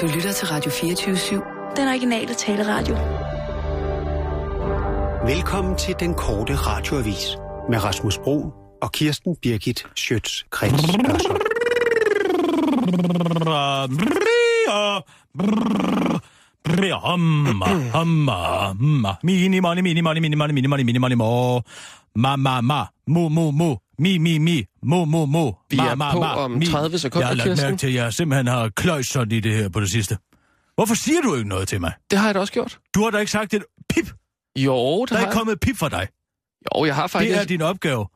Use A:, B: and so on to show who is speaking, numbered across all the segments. A: Du lytter til Radio 24-7.
B: Den originale taleradio.
C: Velkommen til den korte radioavis med Rasmus Bro og Kirsten Birgit Schøtz-Krets. Hørsholm.
D: Mini, money, mini, money, mini, money, mini, money, mini, money, mo. Ma, ma, ma. Mu, mu, mu. Mi, mi, mi. Mu, mu, mu.
E: Vi
D: Ma,
E: er
D: ma,
E: på
D: ma.
E: om
D: Mi.
E: 30
D: Jeg
E: sekunder,
D: har lagt
E: Kirsten.
D: mærke til, at jeg simpelthen har kløjst sådan i det her på det sidste. Hvorfor siger du ikke noget til mig?
E: Det har jeg da også gjort.
D: Du har da ikke sagt et pip.
E: Jo,
D: Der
E: det
D: er
E: har
D: ikke
E: jeg.
D: kommet et pip fra dig.
E: Jo, jeg har faktisk...
D: Det er din opgave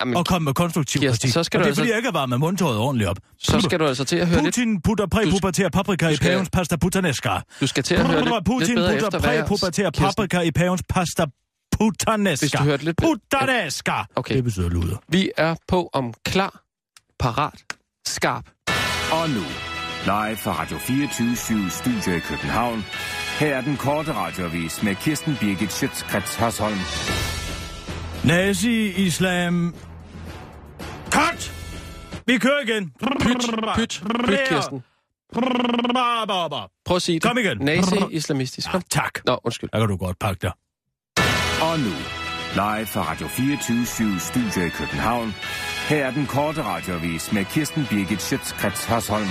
E: Jamen,
D: at komme med konstruktiv
E: Kirsten,
D: kritik.
E: så skal
D: Og
E: du
D: det er
E: altså-
D: fordi, jeg ikke har varmet mundtøjet ordentligt op.
E: så skal du altså til at høre lidt...
D: Putin putter præpubertær paprika
E: du
D: i
E: skal-
D: pavens pasta putanesca.
E: Du skal til at høre lidt, lidt
D: Putin
E: bedre
D: putter
E: efter, hvad jeg...
D: præpubertær
E: Kirsten,
D: paprika i pavens pasta putanesca.
E: Hvis du hørte lidt...
D: Putanesca!
E: Okay.
D: Det betyder luder.
E: Vi er på om klar, parat, skarp.
F: Og nu, live fra Radio 24 Studio i København. Her er den korte radiovis med Kirsten Birgit Schøtzgrads Hasholm.
D: Nazi-islam... Cut! Vi kører igen.
E: Pyt, pyt, pyt, Kirsten. Prøv at sige det.
D: Kom igen.
E: Nazi-islamistisk. Kom.
D: Tak.
E: Nå, undskyld.
D: Der kan du godt pakke dig.
F: Og nu, live fra Radio 24 Studio i København. Her er den korte radiovis med Kirsten Birgit Schøtzgrads Hasholm.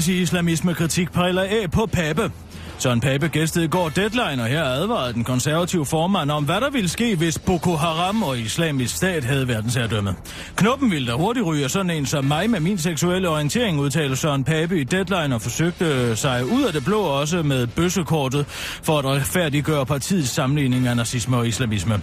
D: Nazi-islamisme-kritik pejler af på Pape. Søren Pape gæstede i går Deadline, og her advarede den konservative formand om, hvad der ville ske, hvis Boko Haram og islamisk stat havde verdensherredømmet. Knoppen ville der hurtigt ryge, og sådan en som mig med min seksuelle orientering, udtalte Søren Pape i Deadline og forsøgte sig ud af det blå også med bøssekortet for at retfærdiggøre partiets sammenligning af nazisme og islamisme.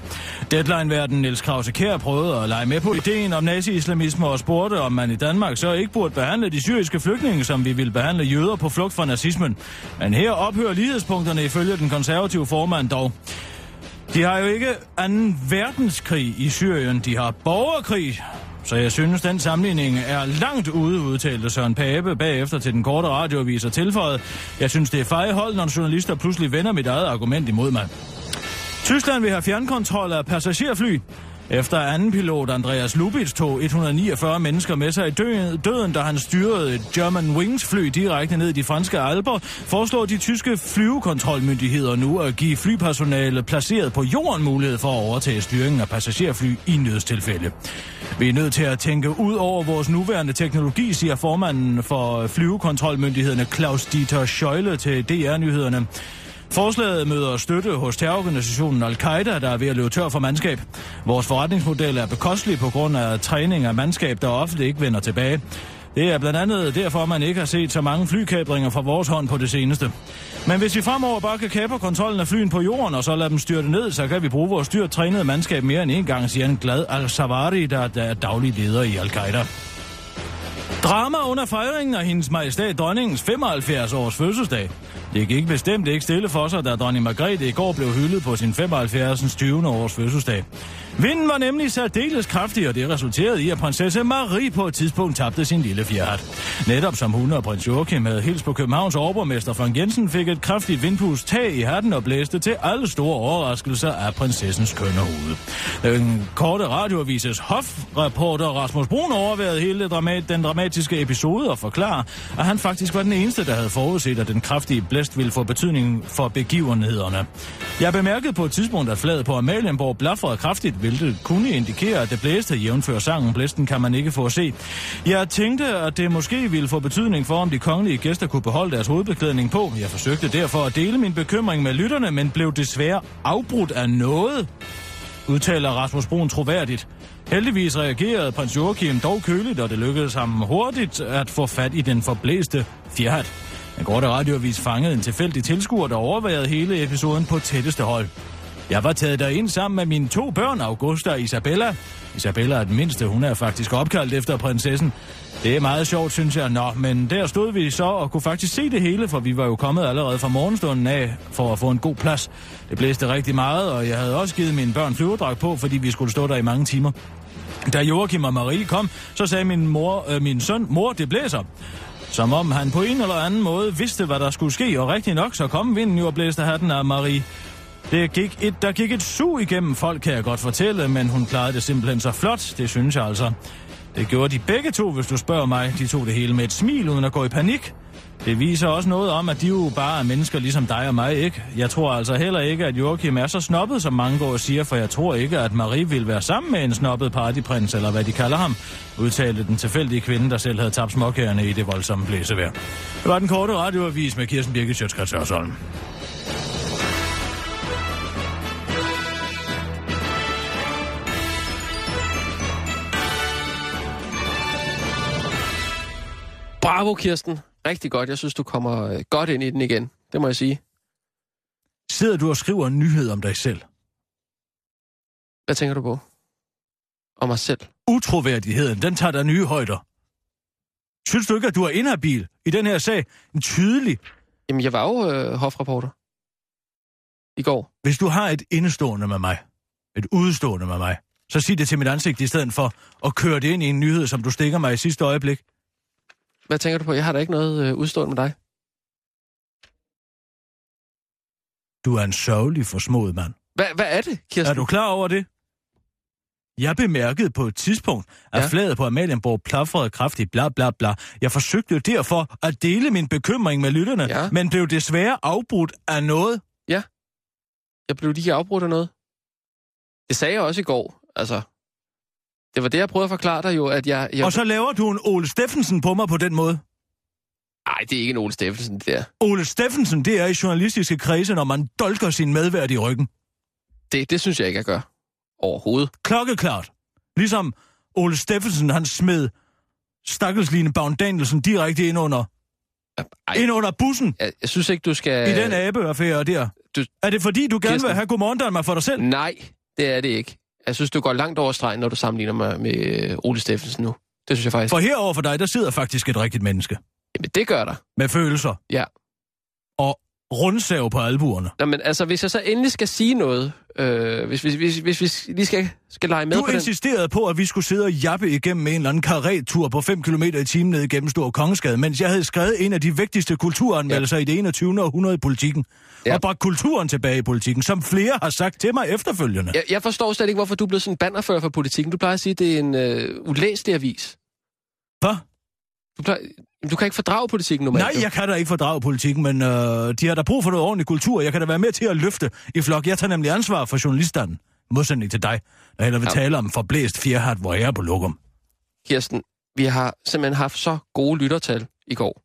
D: Deadline-verden Niels Krause Kær prøvede at lege med på ideen om nazi-islamisme og spurgte, om man i Danmark så ikke burde behandle de syriske flygtninge, som vi ville behandle jøder på flugt fra nazismen. Men her ophører lighedspunkterne ifølge den konservative formand dog. De har jo ikke anden verdenskrig i Syrien, de har borgerkrig. Så jeg synes, den sammenligning er langt ude, udtalte Søren Pape bagefter til den korte radioavis og tilføjede. Jeg synes, det er fejhold, når journalister pludselig vender mit eget argument imod mig. Tyskland vil have fjernkontrol af passagerfly. Efter anden pilot Andreas Lubitz tog 149 mennesker med sig i døden, døden da han styrede et German Wings fly direkte ned i de franske alber, foreslår de tyske flyvekontrolmyndigheder nu at give flypersonale placeret på jorden mulighed for at overtage styringen af passagerfly i nødstilfælde. Vi er nødt til at tænke ud over vores nuværende teknologi, siger formanden for flyvekontrolmyndighederne Claus Dieter Schøjle til DR-nyhederne. Forslaget møder støtte hos terrororganisationen Al-Qaida, der er ved at løbe tør for mandskab. Vores forretningsmodel er bekostelig på grund af træning af mandskab, der ofte ikke vender tilbage. Det er blandt andet derfor, man ikke har set så mange flykabringer fra vores hånd på det seneste. Men hvis vi fremover bare kan kapre kontrollen af flyen på jorden og så lade dem styrte ned, så kan vi bruge vores dyrt trænede mandskab mere end en gang, siger en glad al-Sawari, der, der er daglig leder i Al-Qaida. Drama under fejringen af hendes majestæt dronningens 75 års fødselsdag. Det gik bestemt ikke stille for sig, da dronning Margrethe i går blev hyldet på sin 75. 20. års fødselsdag. Vinden var nemlig særdeles kraftig, og det resulterede i, at prinsesse Marie på et tidspunkt tabte sin lille fjerdhat. Netop som hun og prins Joachim havde hils på Københavns overborgmester Frank Jensen, fik et kraftigt vindpust tag i hatten og blæste til alle store overraskelser af prinsessens kønne hoved. Den korte radioavises hofreporter Rasmus Brun overvejede hele det dramat, den dramatiske episode og forklarer, at han faktisk var den eneste, der havde forudset, at den kraftige blæst ville få betydning for begivenhederne. Jeg bemærkede på et tidspunkt, at flaget på Amalienborg blafferede kraftigt, hvilket kunne indikere, at det blæste jævnfør sangen. Blæsten kan man ikke få at se. Jeg tænkte, at det måske ville få betydning for, om de kongelige gæster kunne beholde deres hovedbeklædning på. Jeg forsøgte derfor at dele min bekymring med lytterne, men blev desværre afbrudt af noget, udtaler Rasmus Brun troværdigt. Heldigvis reagerede prins Joachim dog køligt, og det lykkedes ham hurtigt at få fat i den forblæste fjerdhat. Den korte radioavis fangede en tilfældig tilskuer, der overvejede hele episoden på tætteste hold. Jeg var taget derind sammen med mine to børn, Augusta og Isabella. Isabella er den mindste, hun er faktisk opkaldt efter prinsessen. Det er meget sjovt, synes jeg. Nå, men der stod vi så og kunne faktisk se det hele, for vi var jo kommet allerede fra morgenstunden af for at få en god plads. Det blæste rigtig meget, og jeg havde også givet mine børn flyverdrag på, fordi vi skulle stå der i mange timer. Da Joachim og Marie kom, så sagde min, mor, øh, min søn, mor, det blæser. Som om han på en eller anden måde vidste, hvad der skulle ske, og rigtig nok, så kom vinden jo og blæste hatten af Marie. Det gik et, der gik et sug igennem folk, kan jeg godt fortælle, men hun klarede det simpelthen så flot, det synes jeg altså. Det gjorde de begge to, hvis du spørger mig. De tog det hele med et smil, uden at gå i panik. Det viser også noget om, at de jo bare er mennesker ligesom dig og mig, ikke? Jeg tror altså heller ikke, at Joachim er så snobbet, som mange går og siger, for jeg tror ikke, at Marie ville være sammen med en snobbet partyprins, eller hvad de kalder ham, udtalte den tilfældige kvinde, der selv havde tabt småkagerne i det voldsomme blæsevejr. Det var den korte radioavis med Kirsten Birgit Sjøtskrets Hørsholm.
E: Bravo, Kirsten. Rigtig godt. Jeg synes, du kommer øh, godt ind i den igen. Det må jeg sige.
D: Sidder du og skriver en nyhed om dig selv?
E: Hvad tænker du på? Om mig selv?
D: Utroværdigheden, den tager dig nye højder. Synes du ikke, at du er inhabil i den her sag? En tydelig.
E: Jamen, jeg var jo øh, hofreporter. I går.
D: Hvis du har et indestående med mig, et udstående med mig, så sig det til mit ansigt i stedet for at køre det ind i en nyhed, som du stikker mig i sidste øjeblik.
E: Hvad tænker du på? Jeg har da ikke noget øh, udstående med dig.
D: Du er en sørgelig forsmået mand.
E: Hvad, hvad er det, Kirsten?
D: Er du klar over det? Jeg bemærkede på et tidspunkt, at ja.
E: Ja.
D: flaget på Amalienborg plafrede kraftigt bla bla bla. Jeg forsøgte derfor at dele min bekymring med lytterne,
E: Ja.
D: men blev desværre afbrudt af noget.
E: Jeg blev lige afbrudt af noget. Det sagde jeg også i går. Altså, det var det, jeg prøvede at forklare dig jo, at jeg... jeg...
D: Og så laver du en Ole Steffensen på mig på den måde.
E: Ej, det er ikke en Ole Steffensen, det der.
D: Ole Steffensen, det er i journalistiske kredse, når man dolker sin medvært i ryggen.
E: Det, det synes jeg ikke, jeg gør. Overhovedet.
D: Klokkeklart. Ligesom Ole Steffensen, han smed stakkelsline Bavn Danielsen direkte ind under,
E: Ej,
D: ind under bussen
E: jeg, jeg synes ikke, du skal...
D: i den abeaffære der.
E: du-
D: Er det fordi, du gerne vil
E: Kirsten.
D: have Godmorgen Danmark for dig selv?
E: Nej, det er det ikke. Jeg synes, du går langt over stregen, når du sammenligner mig med øh, Ole Steffensen nu. Det synes jeg faktisk.
D: For herover for dig, der sidder faktisk et rigtigt menneske.
E: Jamen, det gør der.
D: Med følelser.
E: Ja.
D: Og rundsav på albuerne.
E: Nå, men altså, hvis jeg så endelig skal sige noget, øh, hvis, hvis, hvis, hvis vi lige skal, skal lege med
D: Du
E: på den...
D: insisterede på, at vi skulle sidde og jappe igennem med en eller anden karretur på 5 km i timen ned igennem Stor Kongeskade, mens jeg havde skrevet en af de vigtigste kulturanmeldelser ja. i det 21. århundrede i politikken. Ja.
E: Ja.
D: Og bragt kulturen tilbage i politikken, som flere har sagt til mig efterfølgende. Ja.
E: Jeg, jeg forstår slet ikke, hvorfor du er blevet sådan en bannerfører for politikken. Du plejer at sige, at det er en øh, ulæslig avis.
D: Hvad?
E: Du, plejer, Jamen, du kan ikke fordrage politikken normalt.
D: Nej,
E: jo.
D: jeg kan da ikke fordrage politikken, men øh, de har da brug for noget ordentlig kultur. Jeg kan da være med til at løfte i flok. Jeg tager nemlig ansvar for journalisterne. I Modsætning til dig, der heller vil
E: Ja.
D: tale om forblæst fjerhat, hvor jeg er på lokum.
E: Kirsten, vi har simpelthen haft så gode lyttertal i går.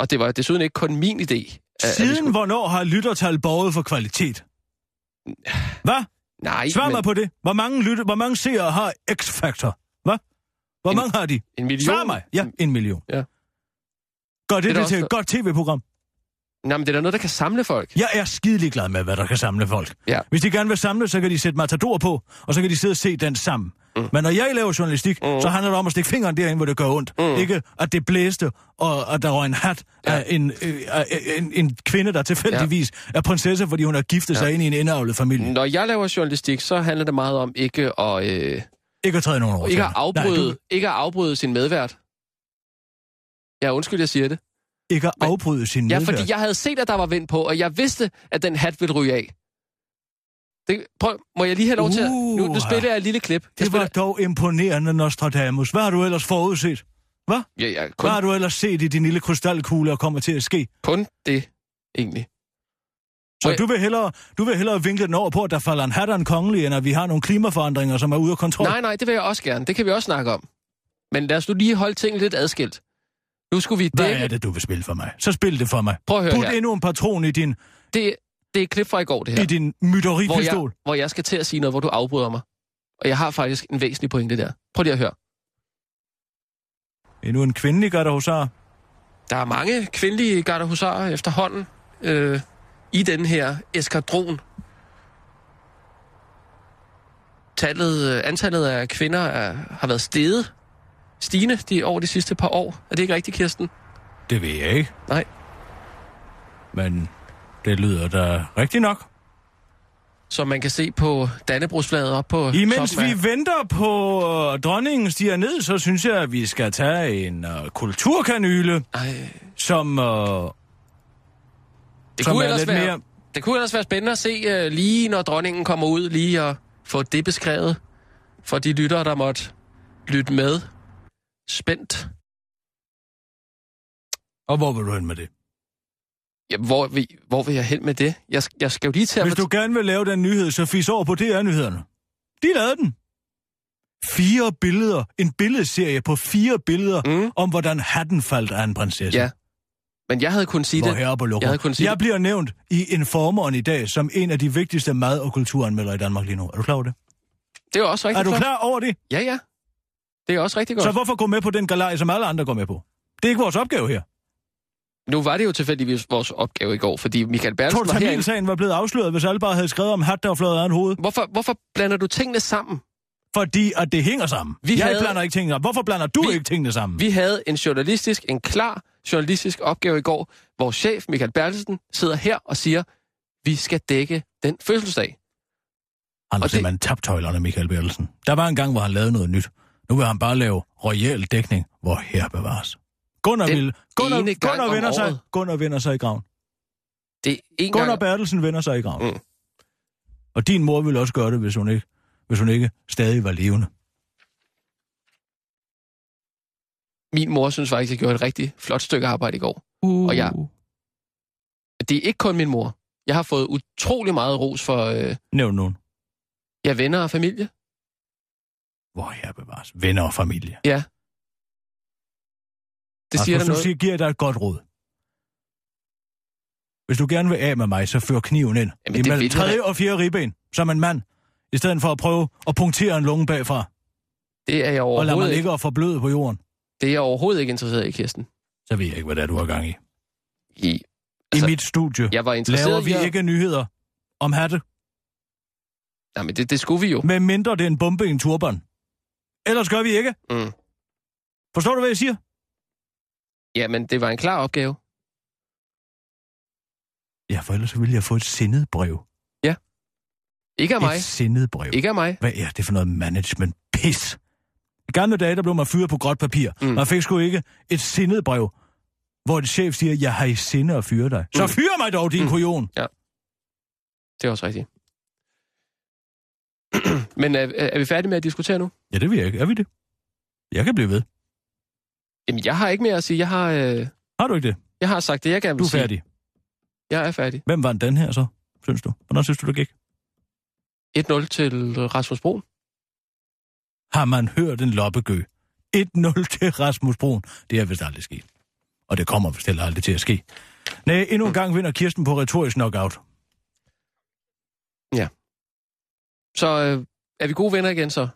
E: Og det var desuden ikke kun min idé. at- at vi
D: Siden
E: skulle-
D: hvornår har lyttertal borget for kvalitet? Hvad?
E: Nej,
D: Svar
E: men
D: mig på det. Hvor mange, lytter, hvor mange seere har X-Factor? Hvad? Hvor
E: En-
D: mange har de?
E: en million...
D: Svar mig. Ja, en million.
E: Ja.
D: Gør det,
E: er
D: det,
E: da
D: det til
E: også-
D: et godt tv-program?
E: Nej, men det er da noget, der kan samle folk.
D: Jeg er skidelig glad med, hvad der kan samle folk.
E: Ja.
D: Hvis de gerne vil samle, så kan de sætte matador på, og så kan de sidde og se den sammen. Mm. Men når jeg laver journalistik, mm. så handler det om at stikke fingeren derind, hvor det gør ondt. Mm. Ikke at det blæste, og at der røg en hat ja. af, en, øh, af en, en kvinde, der tilfældigvis ja. er prinsesse, fordi hun har giftet ja. sig ind i en indavlet familie. Mm.
E: Når jeg laver journalistik, så handler det meget om ikke at, øh,
D: Ikke at træde nogen over.
E: ikke at,
D: tæerne.
E: afbryde,
D: Nej,
E: du... ikke at afbryde sin medvært. Ja, undskyld, jeg siger det.
D: du, ikke at
E: Men-
D: afbryde sin
E: Ja,
D: medvært.
E: fordi jeg havde set, at der var vind på, og jeg vidste, at den hat ville ryge af. Det, prøv, må jeg lige have lov til at... Nu, nu
D: Uha.
E: spiller jeg et lille klip. Jeg
D: Det var
E: spiller,
D: dog imponerende, Nostradamus. Hvad har du ellers forudset?
E: ja, ja, kun,
D: Hvad har du ellers set i din lille krystalkugle og kommer til at ske?
E: kun det, egentlig.
D: Så
E: Okay.
D: du vil, hellere, du vil hellere vinkle den over på, at der falder en hat og en kongelig, end at vi har nogle klimaforandringer, som er ude af kontrol?
E: Nej, nej, det vil jeg også gerne. Det kan vi også snakke om. Men lad os nu lige holde tingene lidt adskilt. Nu skulle vi
D: Hvad er
E: dække...
D: det, du vil spille for mig? Så spil det for mig.
E: Prøv at høre
D: Put
E: her.
D: endnu en patron i din,
E: Det, det er et klip fra i går, det her.
D: ja. i din
E: hvor
D: mytteripistol.
E: jeg, hvor jeg skal til at sige noget, hvor du afbryder mig. Og jeg har faktisk en væsentlig pointe der. Prøv lige at høre.
D: Endnu en kvindelig gør hos
E: Der er mange kvindelige garderhusarer efterhånden øh, i den her eskadron. Tallet, øh, antallet af kvinder er, har været steget. Stigende de, over de sidste par år. Er det ikke rigtigt, Kirsten?
D: Det ved jeg ikke,
E: Nej.
D: men det lyder da rigtigt nok.
E: Som man kan se på Dannebrogsflaget op på...
D: Imens
E: toppen af-
D: vi venter på øh, dronningen stiger ned, så synes jeg, at vi skal tage en øh, kulturkanyle,
E: Ej,
D: som, øh,
E: det,
D: som
E: kunne
D: er
E: ellers
D: lidt
E: være,
D: mere...
E: det kunne ellers være spændende at se øh, lige, når dronningen kommer ud, lige at få det beskrevet for de lyttere, der måtte lytte med. Spændt.
D: Og hvor vil du hen med det?
E: Ja, hvor, vil, hvor vil jeg hen med det? Jeg, sk- jeg skal jo lige til at...
D: Hvis du gerne vil lave den nyhed, så fis over på DR-nyhederne. De lavede den. Fire billeder. En billedserie på fire billeder
E: Mm.
D: mm. om, hvordan hatten faldt af en prinsesse.
E: Ja. Men jeg havde kun sige
D: Hvor
E: det.
D: herre på
E: Jeg havde
D: jeg,
E: kun sige
D: jeg
E: det.
D: bliver nævnt i Informeren i dag som en af de vigtigste mad- og kulturanmeldere i Danmark lige nu. Er du klar over det?
E: Det er jo også
D: Er
E: rigtig
D: du
E: flot.
D: klar over det?
E: Ja, ja. Det er også rigtig godt.
D: Så hvorfor gå med på den galej, som alle andre går med på? Det er ikke vores opgave her.
E: Nu var det jo tilfældigvis vores opgave i går, fordi Michael
D: Tror
E: Bertelsen
D: du,
E: var herinde.
D: Tamilsagen var blevet afsløret, hvis alle bare havde skrevet om hat, der var fløjet af en hoved?
E: Hvorfor, hvorfor blander du tingene sammen?
D: Fordi at det hænger sammen.
E: Vi
D: Vi jeg
E: havde-
D: havde... blander ikke tingene sammen. Hvorfor blander du
E: Vi-
D: vi... ikke tingene sammen? Vi...
E: Vi havde en journalistisk, en klar journalistisk opgave i går. Vores chef, Michael Bertelsen, sidder her og siger, vi skal dække den fødselsdag. og
D: Anders
E: det-
D: det... man tabte tøjlerne, Michael Bertelsen. Der var en gang, hvor han lavede noget nyt. Nu vil han bare lave royal dækning, hvor her bevares. Gunnar,
E: Den
D: vil... Gunnar,
E: ene gang om
D: Gunnar, vinder sig.
E: året.
D: Gunnar vinder sig i graven.
E: Det er en
D: Gunnar
E: gang...
D: Bertelsen vender sig i graven.
E: Mm.
D: Mm. Og din mor ville også gøre det, hvis hun ikke, hvis hun ikke stadig var levende.
E: Min mor synes faktisk, jeg gjorde et rigtig flot stykke arbejde i går.
D: Uh.
E: Og jeg- Det er ikke kun min mor. Jeg har fået utrolig meget ros for øh,
D: Nævn nogen.
E: jer venner og familie.
D: Hvor her bevares. Venner og familie.
E: Ja. Det siger der
D: Rasmus,
E: noget.
D: nu Altså, siger, giver jeg dig et godt råd. Hvis du gerne vil af med mig, så før kniven ind.
E: Jamen,
D: Jamen,
E: det
D: det
E: vil
D: Imellem
E: jeg da.
D: tredje og fjerde ribben, som en mand. I stedet for at prøve at punktere en lunge bagfra.
E: Det er jeg
D: Og lade mig
E: overhovedet ikke.
D: ligge og forbløde på jorden.
E: Det er jeg overhovedet ikke interesseret i, Kirsten.
D: Så ved jeg ikke, hvad det er, du har gang i. I
E: I, Altså,
D: mit studie
E: jeg var interesseret
D: laver
E: i...
D: vi
E: at-
D: ikke nyheder om hatte,
E: Nej, men det, det skulle vi jo.
D: med mindre det er en bombe i en turban. Ellers gør vi ikke.
E: Mm.
D: Forstår du, hvad jeg siger?
E: Jamen, det var en klar opgave.
D: Ja, for ellers så ville jeg få et sindet brev.
E: Ikke af mig.
D: Et sindet brev.
E: Ikke af mig.
D: Hvad er det for noget management-pis? I gamle dage, der blev man fyret på gråt papir.
E: Mm.
D: Mm. Man fik sgu ikke et sindet brev, hvor en chef siger, jeg har i sinde at fyre dig. Så
E: Mm.
D: fyr mig dog, din
E: Mm.
D: mm. kujon!
E: Det er også rigtigt. Men er, er er vi færdige med at diskutere nu?
D: Ja, det vil jeg ikke. Er vi det? Jeg kan blive ved.
E: Jamen, jeg har ikke mere at sige. Jeg har, øh,
D: Har du ikke det?
E: jeg har sagt det, jeg gerne
D: Du
E: vil
D: er
E: sige.
D: færdig.
E: Jeg er færdig.
D: Hvem vandt den her så, synes du? Hvordan synes du, det gik?
E: 1-0 til Rasmus Broen.
D: Har man hørt en loppegø? 1-0 til Rasmus Brun. Det er vist aldrig sket. Og det kommer vist heller aldrig til at ske. Nej, endnu en gang vinder Kirsten på retorisk knockout.
E: Så øh, er vi gode venner igen så?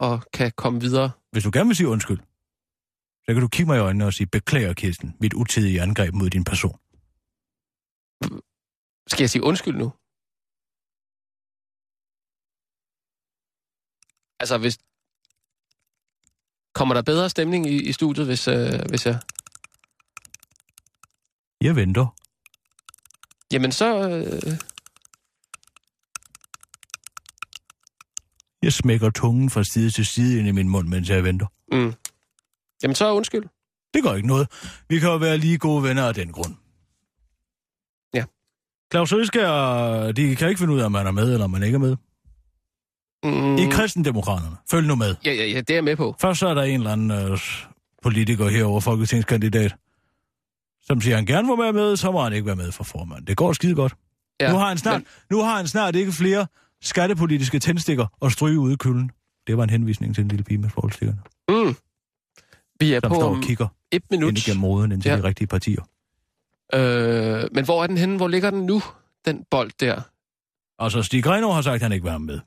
E: Og kan komme videre.
D: Hvis du gerne vil sige undskyld, så kan du kigge mig i øjnene og sige, beklager Kirsten, mit utidige angreb mod din person.
E: Skal jeg sige undskyld nu? Altså, hvis... Kommer der bedre stemning i, i studiet, hvis, øh, hvis jeg...
D: Jeg venter.
E: Jamen, så... Øh,
D: Jeg smækker tungen fra side til side ind i min mund, mens jeg venter.
E: mm. Jamen, så undskyld.
D: Det gør ikke noget. Vi kan jo være lige gode venner af den grund.
E: Ja.
D: Claus Rydskær, de kan ikke finde ud af, om han er med eller om han ikke er med.
E: Mm,
D: I kristendemokraterne. Følg nu med.
E: ja, ja, ja, det er jeg med på.
D: Først så er der en eller anden øh, politiker herover folketingskandidat, som siger, han gerne må være med, så må han ikke være med for formand. Det går skide godt.
E: Ja,
D: Ja, nu, har han snart,
E: men-
D: nu har han snart ikke flere skattepolitiske tændstikker og stryge ude i kylden. Det var en henvisning til en lille pige med sprogstikkerne,
E: Mm. Vi er
D: som
E: på
D: står
E: um,
D: og kigger
E: et minut.
D: ind igennem roden ind til
E: Ja.
D: ja. de rigtige partier.
E: Øh, men hvor er den henne? Hvor ligger den nu, den bold der?
D: Og så Stig Grenov har sagt, at han ikke vil være med.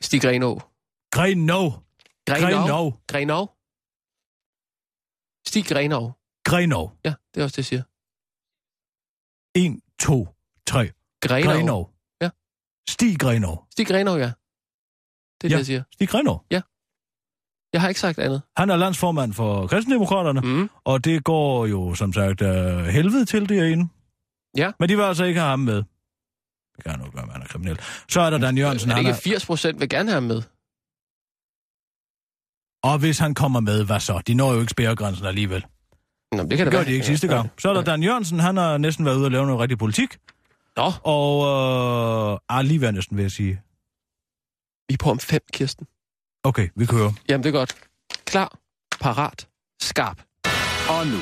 E: Stig Grenov.
D: Grenov! Grenov!
E: Grenov. Stig Grenov.
D: Grenov!
E: Ja, det er også det, jeg siger.
D: 1, 2, 3.
E: Grenov. Grenov.
D: Grenov.
E: Ja.
D: Stig Grenov.
E: Stig Grenov, ja. Det
D: Ja.
E: er ja. det, jeg siger.
D: Stig Grenov.
E: Jeg har ikke sagt andet.
D: Han er landsformand for kristendemokraterne.
E: Mm.
D: Og det går jo, som sagt, øh, helvede til derinde.
E: Ja.
D: Men de vil altså ikke have ham med. Det kan han jo ikke være, han er kriminel. Så er der Dan Jørgensen,
E: er det
D: han
E: ikke 80 procent, vil gerne have ham med?
D: er... Og hvis han kommer med, hvad så? De når jo ikke spærregrænsen alligevel.
E: Nå, men det kan
D: Det
E: da
D: gør
E: være.
D: de ikke sidste gang. Så er der Dan Jørgensen, han har næsten været ude og lave noget rigtig politik.
E: Nå,
D: Og øh, ah, lige ved næsten, vil jeg sige.
E: vi er på om fem, Kirsten.
D: Okay, vi kører.
E: Jamen, det er godt. Klar, parat, skarp.
F: Og nu,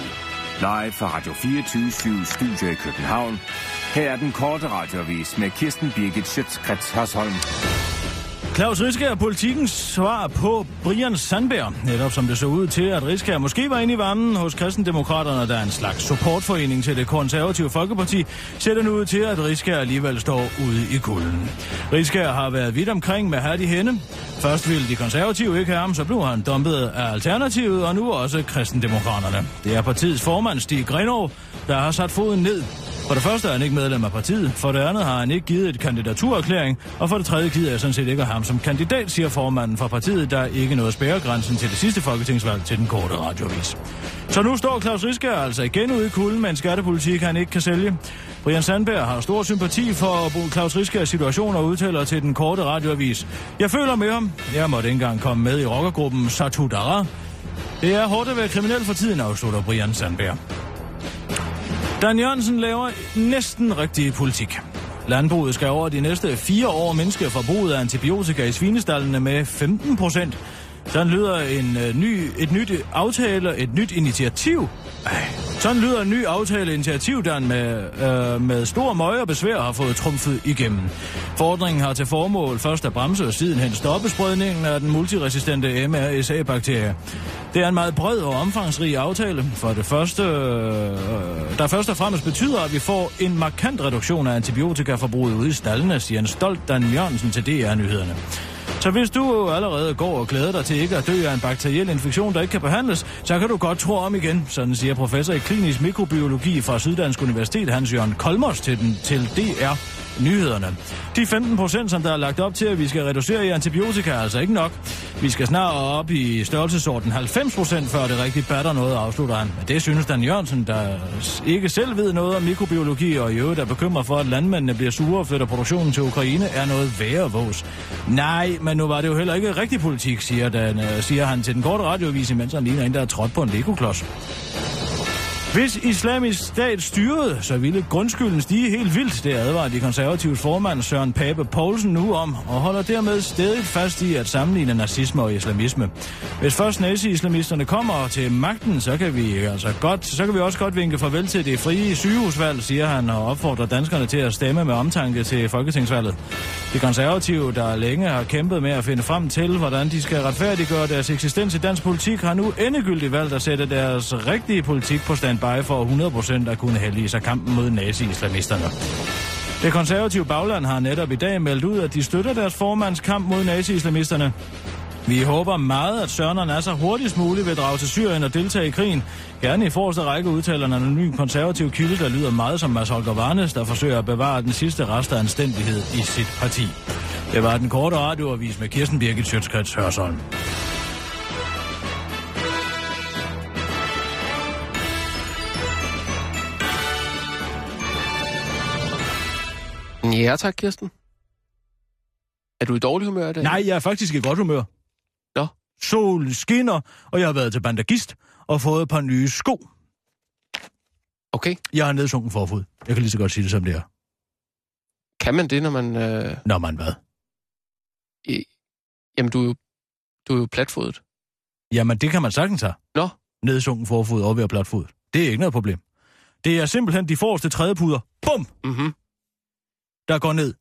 F: Live fra Radio 24 Studio i København. Her er den korte radiovis med Kirsten Birgit Schøtzgrads Hasholm.
D: Claus Riske er politikens svar på Brian Sandberg. Netop som det så ud til, at Riske måske var inde i varmen hos kristendemokraterne, der er en slags supportforening til det konservative Folkeparti, ser det nu ud til, at Riske alligevel står ude i kulden. Riske har været vidt omkring med hat i hende. Først ville de konservative ikke have ham, så blev han dumpet af Alternativet, og nu også kristendemokraterne. Det er partiets formand Stig Grenov, der har sat foden ned. For det første er han ikke medlem af partiet, for det andet har han ikke givet et kandidaturerklæring, og for det tredje gider jeg sådan set ikke have ham som kandidat, siger formanden for partiet, der ikke nåede spærregrænsen til det sidste folketingsvalg til den korte radiovis. Så nu står Claus Riske altså igen ude i kulden med en skattepolitik, han ikke kan sælge. Brian Sandberg har stor sympati for Claus Riskers situation og udtaler til den korte radioavis. Jeg føler med ham. Jeg måtte ikke engang komme med i rockergruppen Satudara. Det er hårdt at være kriminel for tiden, afslutter Brian Sandberg. Dan Jørgensen laver næsten rigtig politik. Landbruget skal over de næste fire år mindske forbruget af antibiotika i svinestallene med 15 procent. Sådan lyder en øh, ny, et nyt aftale, et nyt initiativ. Ej. Sådan lyder en ny aftale initiativ, der med, øh, med stor møje og besvær har fået trumfet igennem. Forordningen har til formål først at bremse og sidenhen stoppe spredningen af den multiresistente MRSA-bakterie. Det er en meget bred og omfangsrig aftale. For det første, øh, der først og fremmest betyder, at vi får en markant reduktion af antibiotikaforbruget ude i stallene, siger en stolt Dan Jørgensen til DR-nyhederne. Så hvis du allerede går og glæder dig til ikke at dø af en bakteriel infektion, der ikke kan behandles, så kan du godt tro om igen, sådan siger professor i klinisk mikrobiologi fra Syddansk Universitet, Hans-Jørgen Kolmos, til, den, til DR nyhederne. De 15 procent, som der er lagt op til, at vi skal reducere i antibiotika, er altså ikke nok. Vi skal snart op i størrelsesorden 90 procent, før det rigtig batter noget, afslutter han. Men Det synes Dan Jørgensen, der ikke selv ved noget om mikrobiologi og i øvrigt er bekymret for, at landmændene bliver sure og flytter produktionen til Ukraine, er noget værre vås. Nej, men nu var det jo heller ikke rigtig politik, siger, den, øh, siger han til den korte radioavis, imens han ligner en, der er trådt på en legoklods. Hvis islamisk stat styrede, så ville grundskylden stige helt vildt, det advarer de konservatives formand Søren Pape Poulsen nu om, og holder dermed stadig fast i at sammenligne nazisme og islamisme. Hvis først nazi-islamisterne kommer til magten, så kan vi altså godt, så kan vi også godt vinke farvel til det frie sygehusvalg, siger han, og opfordrer danskerne til at stemme med omtanke til folketingsvalget. De konservative, der længe har kæmpet med at finde frem til, hvordan de skal retfærdiggøre deres eksistens i dansk politik, har nu endegyldigt valgt at sætte deres rigtige politik på standby for 100% at kunne hellige sig kampen mod nazi-islamisterne. Det konservative bagland har netop i dag meldt ud, at de støtter deres formands kamp mod nazi-islamisterne. Vi håber meget, at Søren og Nasser hurtigst muligt vil drage til Syrien og deltage i krigen. Gerne i forreste række udtaler en anonym konservativ kilde, der lyder meget som Mads Holger Varnes, der forsøger at bevare den sidste rest af anstændighed i sit parti. Det var den korte radioavis med Kirsten Birgit Sjøtskrets Hørsholm.
E: Ja tak, Kirsten. Er du i dårlig humør i dag?
D: Nej, jeg er faktisk i godt humør.
E: Nå.
D: Solen skinner, og jeg har været til bandagist og fået et par nye sko.
E: Okay.
D: Jeg har nedsunken forfod. Jeg kan lige så godt sige det som det er.
E: Kan man det, når man... Øh,
D: Nå, man hvad?
E: i, jamen, du er jo, du er jo platfodet.
D: Jamen, det kan man sagtens have.
E: Nå.
D: Nedsunken forfod og ved platfod. Det er ikke noget problem. Det er simpelthen de forreste trædepuder, bum,
E: Mhm.
D: der går ned.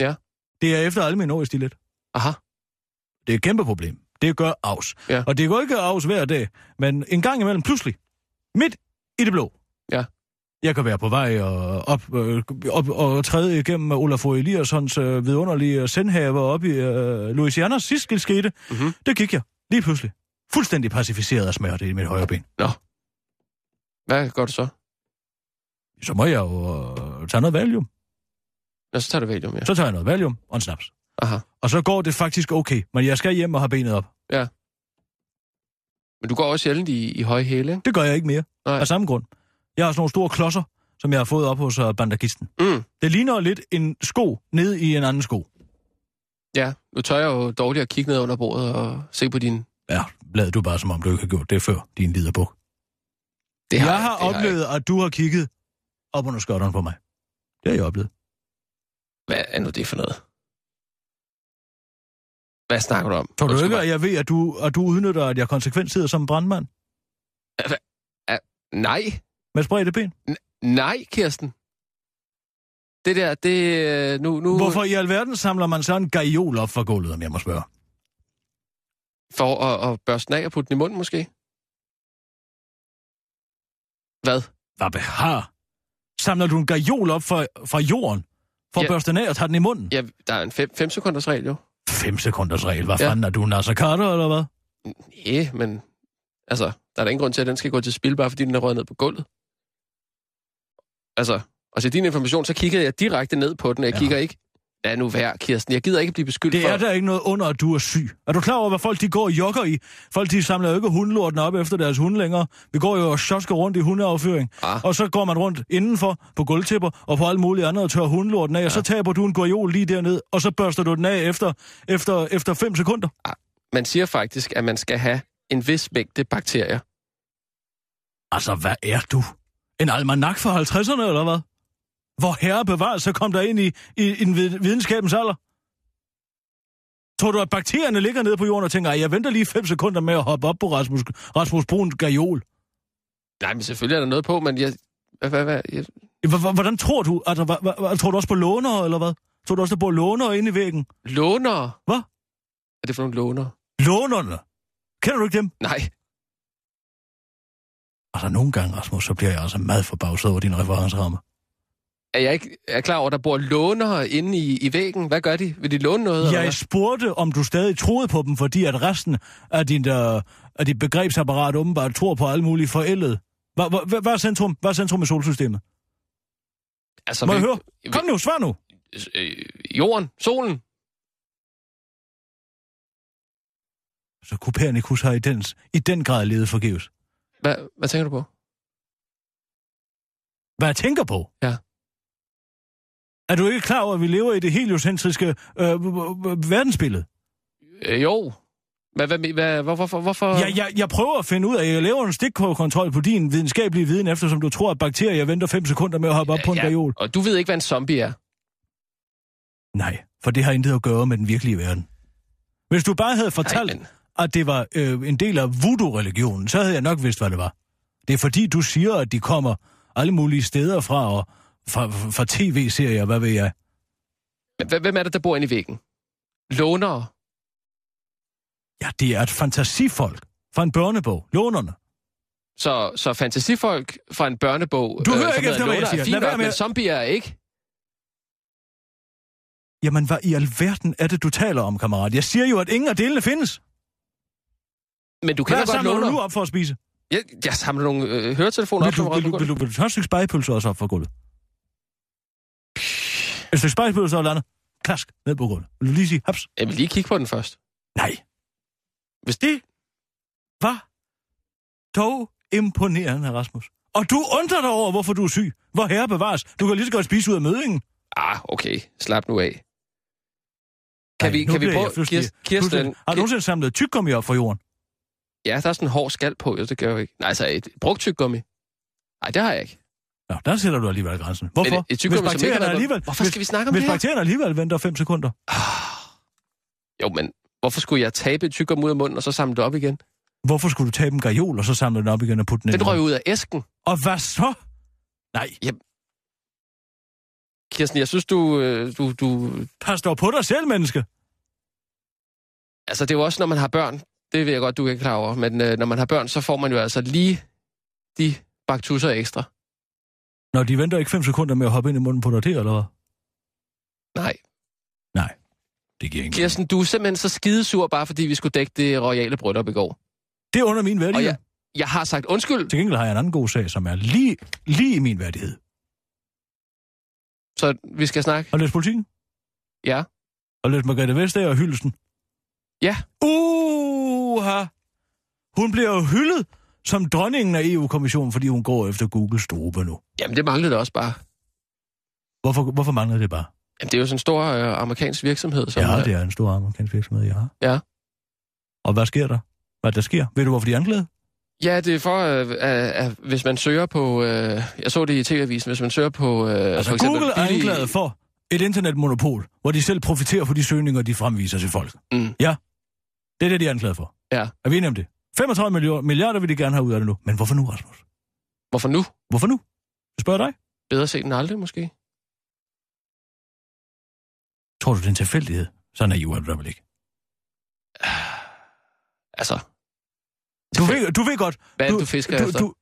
E: Ja.
D: Det er efter alle mine år i stilet.
E: Aha.
D: Det er et kæmpe problem. Det gør afs.
E: Ja.
D: Og det går ikke afs hver dag, men en gang imellem pludselig, midt i det blå.
E: Ja.
D: Jeg kan være på vej og, op, øh, op, og træde igennem Olaf Eliassons øh, vidunderlige sendhaver op i øh, Louisianas sidste skete.
E: Mhm.
D: Det gik jeg lige pludselig. Fuldstændig pacificeret af smerte i mit højre ben.
E: Hvad gør du så?
D: Så må jeg jo øh, tage noget valium.
E: Nå, så tager du valium, ja.
D: Så tager jeg noget valium og en snaps.
E: Aha.
D: Og så går det faktisk okay, men jeg skal hjem og have benet op.
E: Men du går også sjældent i, i høje hæle, ikke?
D: Det gør jeg ikke mere.
E: Nej.
D: Af samme grund. Jeg har sådan nogle store klodser, som jeg har fået op hos øh, bandagisten.
E: Mm.
D: Det ligner lidt en sko ned i en anden sko.
E: Ja, nu tør jeg jo dårligt at kigge ned under bordet og se på din...
D: Ja, lad du bare som om, du ikke har gjort det før, din liderbuk.
E: Det
D: Jeg har
E: det
D: oplevet, at du har kigget op under skotteren på mig. Det har jeg oplevet.
E: Hvad er nu det for noget? Hvad snakker du om?
D: Tror du
E: Undskyld
D: ikke,
E: mig.
D: at jeg ved, at du, at du udnytter, at jeg konsekvent sidder som brandmand?
E: Nej,
D: Med spredte ben?
E: nej, Kirsten. Det der, det... øh, Nu, nu,
D: Hvorfor i alverden samler man så en gajol op fra gulvet, om jeg må spørge?
E: For at, at børste den af og putte den i munden, måske? Hvad?
D: Hvad behar? Samler du en gajol op fra, fra jorden? For ja.
E: Ja.
D: at børste den af og tage den i munden? Ja.
E: Ja, der er en 5 fem, sekunders regel, jo.
D: 5 sekunders regel. Hvad ja.
E: Ja.
D: fanden er du, Nasser Carter, eller hvad?
E: Ja, men... Altså, der er da ingen grund til, at den skal gå til spil, bare fordi den er røget ned på gulvet. Altså, og til din information, så kiggede jeg direkte ned på den, og jeg
D: Ja.
E: ja. kigger ikke. Lad nu være, Kirsten. Jeg gider ikke blive beskyldt
D: Det
E: for...
D: er der ikke noget under, at du er syg. Er du klar over, hvad folk de går og jokker i? Folk de samler jo ikke hundelorten op efter deres hunde længere. Vi går jo og sjosker rundt i hundeafføring.
E: Ah.
D: Og så går man rundt indenfor på gulvtæpper og på alt muligt andet og tør hundelorten af. Ja. Og så taber du en goriol lige derned, og så børster du den af efter, efter, efter fem sekunder.
E: Man siger faktisk, at man skal have en vis mængde bakterier.
D: Altså, hvad er du? En almanak fra 50'erne, eller hvad? Hvor herre bevares, så kom der ind i, i, i den vid- videnskabens alder. Tror du, at bakterierne ligger nede på jorden og tænker, "Ej, jeg venter lige 5 sekunder med at hoppe op på Rasmus, Rasmus Bruns gajol?
E: Nej, men selvfølgelig er der noget på, men jeg... Hvad, hvad, hvad? Jeg,
D: H- h- Hvordan tror du? Altså, hva- hva- hva- tror du også på låner, eller hvad? Tror du også, der bor lånere inde i væggen?
E: låner?
D: Hvad?
E: Hvad er det for nogle låner?
D: Lånerne? Kender du ikke dem?
E: Nej.
D: Altså, nogle gange, Rasmus, så bliver jeg altså meget forbavset over din referenceramme.
E: Er jeg ikke er jeg klar over, at der bor lånere inde i, i væggen? Hvad gør de? Vil de låne noget? eller hvad?
D: Jeg spurgte, om du stadig troede på dem, fordi at resten af, din, øh, af dit begrebsapparat åbenbart tror på alle mulige forældet. Hvad, hvad, hvad, hvad, er centrum, hvad er centrum i solsystemet?
E: altså,
D: Må jeg
E: vi-
D: høre? Kom nu, svar nu.
E: Øh, jorden, solen.
D: Så Copernicus har i, dens, i den grad levet forgæves.
E: Hvad, hvad tænker du på?
D: Hvad jeg tænker på?
E: Ja.
D: Er du ikke klar over, at vi lever i det heliocentriske øh, øh, øh, verdensbillede?
E: Øh, jo. Hvad, hvad, hvad, hvor, hvorfor? hvorfor?
D: Jeg, jeg, jeg prøver at finde ud af, jeg laver en stikprøvekontrol på din videnskabelige viden, eftersom du tror, at bakterier venter 5 sekunder med at hoppe op på en gajol.
E: Og du ved ikke, hvad en zombie er.
D: Nej, for det har intet at gøre med den virkelige verden. Hvis du bare havde fortalt,
E: men-
D: at det var øh, en del af voodoo-religionen, så havde jeg nok vidst, hvad det var. Det er fordi, du siger, at de kommer alle mulige steder fra, og fra, fra tv-serier, hvad ved jeg.
E: Men hva- Hvem er det, der bor inde i væggen? Lånere.
D: Ja, det er et fantasifolk fra en børnebog, lånerne.
E: Så, så fantasifolk fra en børnebog... øh,
D: Du hører
E: som
D: ikke
E: hedder
D: efter, hvad jeg
E: lånere,
D: siger.
E: er fint
D: Lad være
E: nok,
D: med-
E: Men zombier er ikke.
D: Jamen, hvad i alverden er det, du taler om, kammerat? Jeg siger jo, at ingen af delene findes.
E: Men du
D: Hvad
E: kender
D: er
E: godt
D: samler du
E: lånere.
D: nu op for at spise?
E: Jeg, jeg samler nogle øh, høretelefoner
D: Vil
E: op.
D: du,
E: som
D: vil,
E: rører
D: du,
E: på
D: vil, du, vil du tage et stykke spejepølse også op fra gulvet? Et stykke spejepølse og andet. Klask, ned på gulvet. Vil du lige sige, haps?
E: gulvet. Jeg vil lige kigge på den først.
D: Nej.
E: Hvis
D: det var dog imponerende, Rasmus. Og du undrer dig over, hvorfor du er syg. Hvor herre bevares. Du kan lige så godt spise ud af mødingen.
E: Ah, okay. Slap nu af. Kan
D: Ej,
E: vi,
D: nu
E: kan vi
D: bliver
E: prøve...
D: jeg pludselig-
E: Kirsten, Kirsten,
D: Pludselig, har du nogensinde samlet tyggegummi op fra jorden?
E: Ja, der er sådan en hård skal på, jo, det gør jeg jo ikke. Nej, altså et brugt tyggegummi. Nej, det har jeg ikke.
D: Nå, der sætter du alligevel grænsen. Hvorfor?
E: Men et- et tyggegummi, som ikke har
D: bakterierne
E: været-
D: alligevel,
E: Hvorfor skal vi snakke om
D: hvis,
E: det
D: hvis
E: her?
D: bakterierne alligevel venter 5 sekunder.
E: Ah. Jo, men hvorfor skulle jeg tabe et tyggegummi ud af munden, og så samle det op igen?
D: Hvorfor skulle du tage en gajol, og så samle den op igen og putte den,
E: Den
D: ind?
E: røg ud af æsken.
D: Og hvad så? Nej,
E: Kirsten, jeg synes, du, øh, du, du...
D: pas dog på dig selv, menneske.
E: Altså, det er jo også, når man har børn. Det ved jeg godt, du ikke er klar over. Men øh, når man har børn, så får man jo altså lige de baktusser ekstra.
D: Når de venter ikke 5 sekunder med at hoppe ind i munden på dig, det eller hvad?
E: Nej.
D: Nej, det giver ingen
E: Kirsten, du er simpelthen så skidesur, bare fordi vi skulle dække det royale bryllup i går.
D: Det er under min værdighed.
E: Og Jeg har sagt undskyld,
D: Til gengæld har jeg en anden god sag, som er lige, lige i min værdighed.
E: så vi skal snakke.
D: Og læs politikken.
E: Ja.
D: Og læs Margrethe Vestager og hyldelsen.
E: Ja.
D: Uha! Hun bliver jo hyldet som dronningen af EU-kommissionen, fordi hun går efter Google Strobe nu.
E: Jamen, det manglede da også bare.
D: Hvorfor, hvorfor mangler det bare?
E: Jamen, det er jo sådan en stor øh, amerikansk virksomhed, som...
D: ja,
E: øh,
D: det er en stor amerikansk virksomhed, jeg har.
E: Ja.
D: Og hvad sker der? Hvad der sker? Ved du, hvorfor de er anklaget?
E: Ja, det er for, øh, øh, øh, hvis man søger på... Øh, jeg så det i TV-avisen. Hvis man søger på... Øh,
D: Altså, Google er anklaget for et internetmonopol, hvor de selv profiterer for de søgninger, de fremviser til folk.
E: Mm.
D: Ja. Det er det, de er anklaget for.
E: Ja.
D: Er vi enige om det? 35 millioner, milliarder vil de gerne have ud af det nu. Men hvorfor nu, Rasmus?
E: Hvorfor nu?
D: Hvorfor nu? Jeg spørger dig.
E: Bedre set end aldrig, måske?
D: Tror du, det er en tilfældighed? Så naiv er du da vel ikke.
E: Altså,
D: Du ved, du ved godt...
E: Hvad er det, du fisker efter?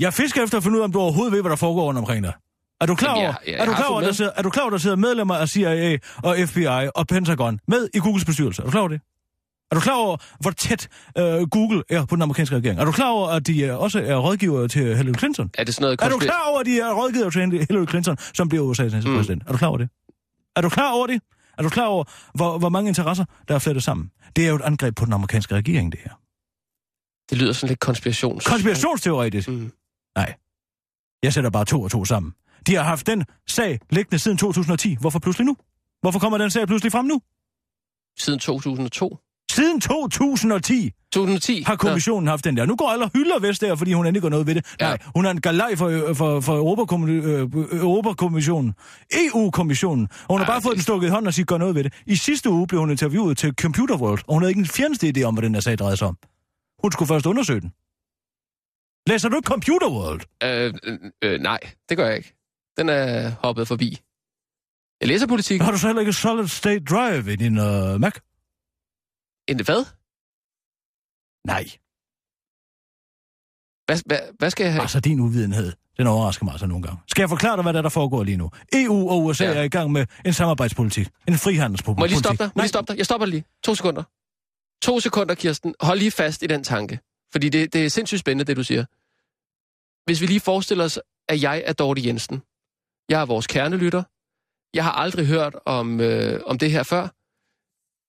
D: jeg fisker efter at finde ud af, om du overhovedet ved, hvad der foregår rundt omkring dig. Er du klar
E: Jamen,
D: over,
E: jeg- jeg-
D: er du
E: jeg har
D: klar over,
E: fulgt
D: der
E: med.
D: sidder, er du klar over, der sidder medlemmer af CIA og FBI og Pentagon med i Googles bestyrelse? Er du klar over det? Er du klar over, hvor tæt øh, Google er på den amerikanske regering? Er du klar over, at de øh, også er rådgiver til Hillary Clinton?
E: er det sådan noget...
D: Er du
E: konspir-
D: klar over, at de er rådgiver til Hillary Clinton, som bliver USA's næste
E: Mm.
D: mm. præsident? Er du klar over det? Er du klar over det? Er du klar over, hvor, hvor mange interesser, der er flettet sammen? Det er jo et angreb på den amerikanske regering, det her.
E: Det lyder sådan lidt konspirations...
D: Konspirationsteoretisk.
E: Mm.
D: Nej. Jeg sætter bare to og to sammen. De har haft den sag liggende siden 2010. Hvorfor pludselig nu? Hvorfor kommer den sag pludselig frem nu?
E: Siden 2002.
D: Siden 2010
E: 2010.
D: har kommissionen haft den der. Nu går alle og hylder Vestager, fordi hun endelig gør noget ved det.
E: Ja.
D: Ja. Nej, hun er en galej for, øh, for, for Europakommi- øh, Europakommissionen. EU-kommissionen. Og hun har
E: Ja,
D: bare fået
E: det-
D: den stukket i hånden og siger, gør noget ved det. I sidste uge blev hun interviewet til Computer World, og hun havde ikke en fjerneste idé om, hvad den der sag drejede sig om. Hun skulle først undersøge den. Læser du ikke Computer World?
E: Nå, Øh, øh, øh, nej, det gør jeg ikke. Den er hoppet forbi. Jeg læser politik.
D: Har du så heller ikke Solid State Drive i din uh, Mac?
E: En hvad?
D: Nej.
E: Hvad, hvad, hvad skal jeg have?
D: Altså, din uvidenhed, den overrasker mig altså nogle gange. Skal jeg forklare dig, hvad der, er, der foregår lige nu? EU og USA
E: Ja.
D: ja. er i gang med en samarbejdspolitik. En frihandelspolitik.
E: Må jeg lige stoppe dig? Må jeg
D: Nej,
E: lige stoppe dig? Jeg stopper dig lige. To sekunder. To sekunder, Kirsten. Hold lige fast i den tanke. Fordi det, det er sindssygt spændende, det du siger. Hvis vi lige forestiller os, at jeg er Dorte Jensen. Jeg er vores kernelytter. Jeg har aldrig hørt om, øh, om det her før.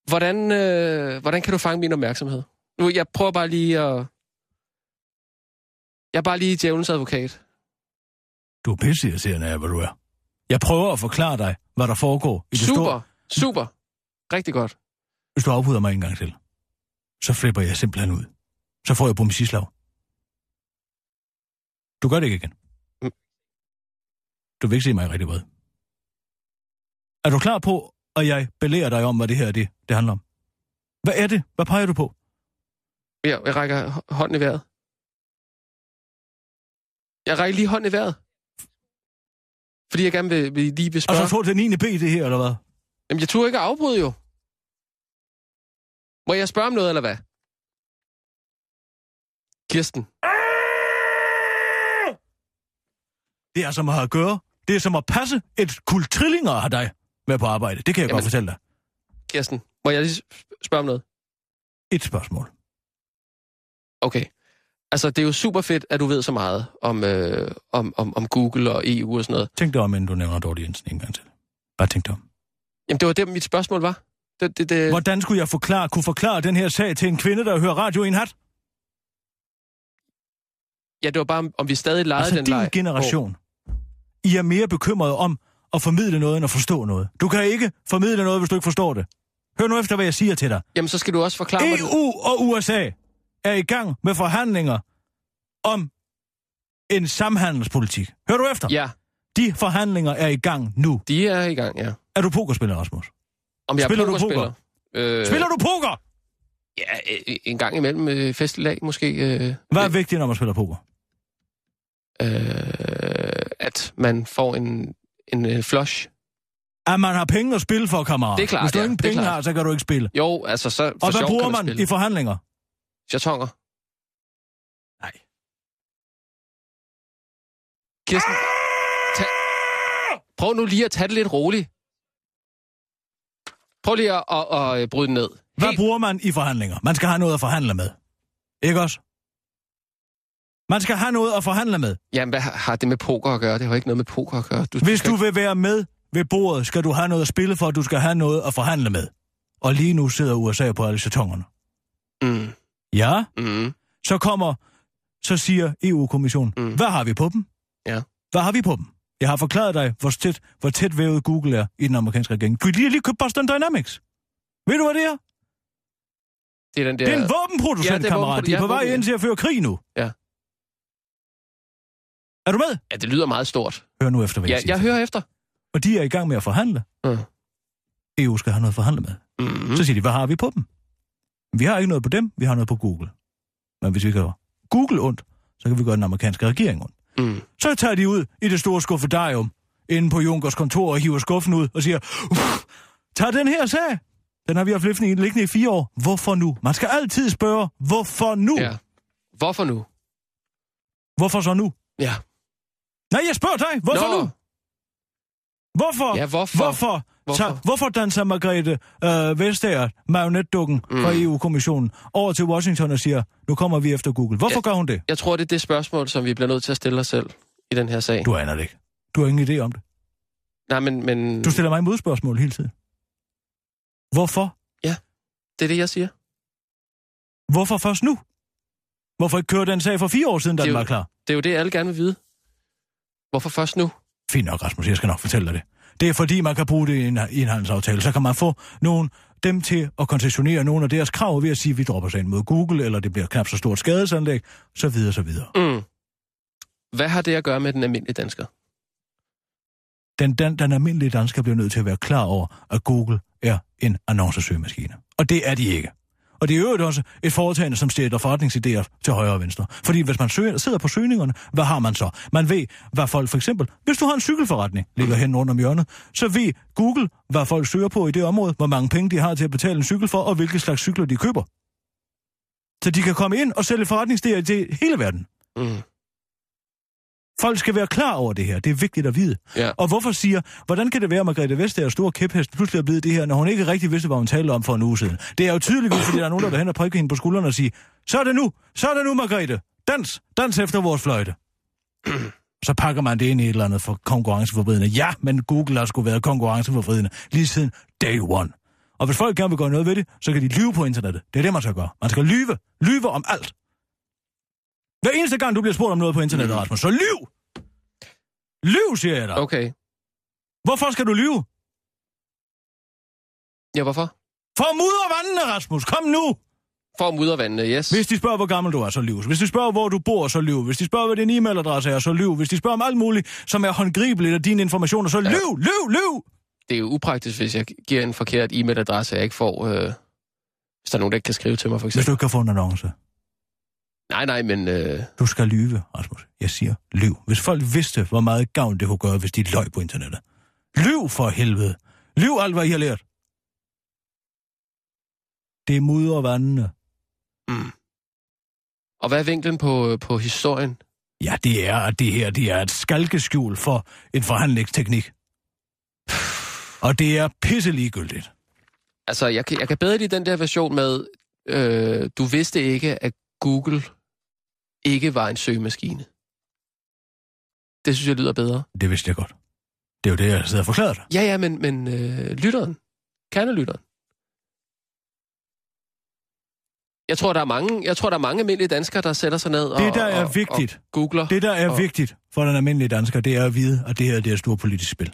E: Hvordan, øh, hvordan kan du fange min opmærksomhed? Nu, jeg prøver bare lige at... Jeg er bare lige djævelens advokat.
D: Du er pisseirriterende af, hvad du er. Jeg prøver at forklare dig, hvad der foregår. I det
E: Super,
D: store-
E: super. Rigtig godt.
D: Hvis du afbryder mig en gang til, så flipper jeg simpelthen ud. Så får jeg på slag. Du gør det ikke igen.
E: Mm.
D: Du vil ikke se mig rigtig vred. Er du klar på, at jeg belærer dig om, hvad det her er det, det handler om? Hvad er det? Hvad peger du på?
E: Jeg, jeg rækker hå- hånden i vejret. Jeg rækker lige hånden i vejret. Fordi jeg gerne vil, vil lige vil spørge.
D: Altså, tror du, det er 9. B, det her, eller hvad?
E: Jamen, jeg turde ikke at afbryde jo. Må jeg spørge om noget, eller hvad? Kirsten.
D: Det er som at have at gøre. Det er som at passe et kul trillinger har dig med på arbejde. Det kan jeg
E: Jamen-
D: godt fortælle dig.
E: Kirsten. Må jeg lige sp- spørge om noget?
D: Et spørgsmål.
E: Okay. Altså, det er jo super fedt, at du ved så meget om, øh, om, om, om Google og EU og sådan noget.
D: Tænk dig om, inden du nævner Dorte Jensen en gang til. Bare tænk dig om.
E: Jamen, det var det, mit spørgsmål var. Det, det, det,
D: Hvordan skulle jeg forklare, kunne forklare den her sag til en kvinde, der hører radio i en hat?
E: ja, det var bare, om- om vi stadig legede
D: Altså
E: den
D: din
E: leg.
D: generation. I er mere bekymrede om at formidle noget, end at forstå noget. Du kan ikke formidle noget, hvis du ikke forstår det. Hør nu efter, hvad jeg siger til dig.
E: Jamen, så skal du også forklare mig...
D: EU E og USA er i gang med forhandlinger om en samhandelspolitik. Hør du efter?
E: Ja,
D: De forhandlinger er i gang nu.
E: de er i gang, ja.
D: Er du pokerspiller, Rasmus?
E: Øh. Om jeg
D: Spiller
E: er
D: du
E: pokerspiller? Øh,
D: Øh... Spiller du poker?
E: Ja, øh, en gang imellem øh, festlag måske. Øh,
D: Hvad er vigtigt, når man spiller poker?
E: øh, at man får en, en øh, flush.
D: At man har penge at spille for, kammerat.
E: Det er klart,
D: Hvis du
E: ja.
D: ingen
E: Det er
D: penge
E: klart.
D: har, så kan du ikke spille.
E: Jo, altså så for
D: Og hvad
E: sjov
D: bruger
E: kan
D: man
E: spille.
D: i forhandlinger?
E: Jatonger.
D: Nej.
E: Kirsten, tag... prøv nu lige at tage det lidt roligt. Prøv lige at, at, at øh, bryde den ned.
D: Hvad
E: Helt-
D: bruger man i forhandlinger? Man skal have noget at forhandle med. Ikke også? Man skal have noget at forhandle med.
E: Jamen, hvad har har det med poker at gøre? Det har jo ikke noget med poker at gøre. Du,
D: Hvis
E: skal
D: du
E: ikke-
D: vil være med ved bordet, skal du have noget at spille for, at du skal have noget at forhandle med. Og lige nu sidder USA på alle chatongerne.
E: Mm,
D: Ja,
E: mm.
D: så kommer, så siger EU-kommissionen,
E: Mm.
D: mm. hvad har vi på dem?
E: Ja.
D: Hvad har vi på dem? Jeg har forklaret dig, hvor tæt, hvor tæt vævet Google er i den amerikanske regering. Kunne de lige købe Boston Dynamics? Ved du, hvad det er? Ja.
E: Det er den der...
D: Det er en våbenproducent,
E: Ja, det er
D: kammerat. De er
E: våbenprodu-
D: på
E: ja,
D: vej
E: våben-
D: ind til at føre krig nu.
E: Ja.
D: Er du med?
E: Ja, det lyder meget stort.
D: Hør nu efter, hvad
E: Ja,
D: jeg siger.
E: jeg hører efter.
D: Og de er i gang med at forhandle.
E: Mm.
D: EU skal have noget at forhandle med.
E: Mm.
D: Så siger de, hvad har vi på dem? Vi har ikke noget på dem, vi har noget på Google. Men hvis vi gør Google ondt, så kan vi gøre den amerikanske regering ondt.
E: Mm.
D: Så tager de ud i det store skuffedarium, inde på Junkers kontor og hiver skuffen ud og siger, "Uff, tag den her sag. Den har vi haft liggende i- liggende i fire år. Hvorfor nu? Man skal altid spørge, hvorfor nu?
E: Ja. Hvorfor nu?
D: Hvorfor så nu?
E: Ja.
D: Nej, jeg spørger dig, hvorfor
E: Nå,
D: nu? Hvorfor?
E: Ja, hvorfor?
D: Hvorfor?
E: Hvorfor?
D: Hvorfor? hvorfor danser Margrethe øh, Vestager, marionetdukken mm. fra EU-kommissionen, over til Washington og siger, nu kommer vi efter Google. Hvorfor
E: Ja.
D: ja. gør hun det?
E: Jeg tror, det er det spørgsmål, som vi bliver nødt til at stille os selv i den her sag. Du...
D: Du aner det ikke. Du har ingen idé om det.
E: Nej, men, men
D: Du stiller mig modspørgsmål hele tiden. Hvorfor?
E: det er det, jeg siger.
D: Hvorfor først nu? Hvorfor ikke køre den sag for fire år siden, da
E: Det er
D: den
E: jo-
D: var klar?
E: Det er jo det, alle gerne vil vide. Hvorfor først nu?
D: Fint nok, Rasmus, jeg skal nok fortælle dig det. Det er fordi, man kan bruge det i en, i en handelsaftale. Så kan man få nogen, dem til at koncessionere nogle af deres krav ved at sige, at vi dropper sagen mod Google, eller det bliver knap så stort skadesanlæg, så videre, så videre.
E: Mm. Hvad har det at gøre med den almindelige dansker?
D: den, den, den almindelige dansker bliver nødt til at være klar over, at Google er en annoncesøgemaskine. Og det er de ikke. Og det er i øvrigt også et foretagende, som stiller forretningsidéer til højre og venstre. Fordi hvis man søger, sidder på søgningerne, hvad har man så? Man ved, hvad folk for eksempel, hvis du har en cykelforretning, ligger hen rundt om hjørnet, så ved Google, hvad folk søger på i det område, hvor mange penge de har til at betale en cykel for, og hvilke slags cykler de køber. Så de kan komme ind og sælge forretningsidéer til hele verden.
E: Mm.
D: Folk skal være klar over det her. Det er vigtigt at vide.
E: Ja.
D: Og hvorfor siger, hvordan kan det være, at Margrethe Vestager store kæphest pludselig er blevet det her, når hun ikke rigtig vidste, hvad hun talte om for en uge siden? Det er jo tydeligvis, fordi der er nogen, der vil hen og prikke hende på skuldrene og sige, så er det nu, så er det nu, Margrethe. Dans, dans efter vores fløjte. Så pakker man det ind i et eller andet for konkurrenceforvridende. Ja, men Google har sgu været konkurrenceforvridende lige siden day one. Og hvis folk gerne vil gøre noget ved det, så kan de lyve på internettet. Det er det, man skal gøre. Man skal lyve. Lyve om alt. Hver eneste gang, du bliver spurgt om noget på internettet, Rasmus, så lyv! Lyv, siger jeg dig.
E: Okay.
D: Hvorfor skal du lyve?
E: Ja, hvorfor?
D: For at mudre vandene, Rasmus. Kom nu.
E: For at mudre vandene, yes.
D: Hvis de spørger, hvor gammel du er, så lyv. Hvis de spørger, hvor du bor, så lyv. Hvis de spørger, hvad din e-mailadresse er, så lyv. Hvis de spørger om alt muligt, som er håndgribeligt af dine informationer, så lyv, lyv, lyv.
E: Det er jo upraktisk, hvis jeg giver en forkert e-mailadresse, jeg ikke får... Øh... Hvis der er nogen, der ikke kan skrive til mig, for
D: Hvis
E: eksempel.
D: du ikke kan få en annonce,
E: Nej, nej, men... Øh...
D: du skal lyve, Rasmus. Jeg siger lyv. Hvis folk vidste, hvor meget gavn det kunne gøre, hvis de løg på internettet. Lyv for helvede. Lyv alt, hvad I har lært. Det mudrer vandene.
E: Mm. Og hvad er vinklen på, på historien?
D: Ja, det er, at det her det er et skalkeskjul for en forhandlingsteknik. Og det er pisseligegyldigt.
E: Altså, jeg kan, jeg kan bedre lide den der version med, øh, du vidste ikke, at Google ikke var en søgemaskine. Det synes jeg lyder bedre.
D: Det vidste jeg godt. Det er jo det, jeg sidder og forklarer dig.
E: Ja, ja, men, men øh, lytteren, kernelytteren. Jeg tror, der er mange, jeg tror, der er mange almindelige danskere, der sætter sig ned og,
D: Det, der er
E: og,
D: vigtigt,
E: og googler. Det...
D: Det, der er
E: Og-
D: vigtigt for den almindelige dansker, det er at vide, at det her det er et stort politisk spil.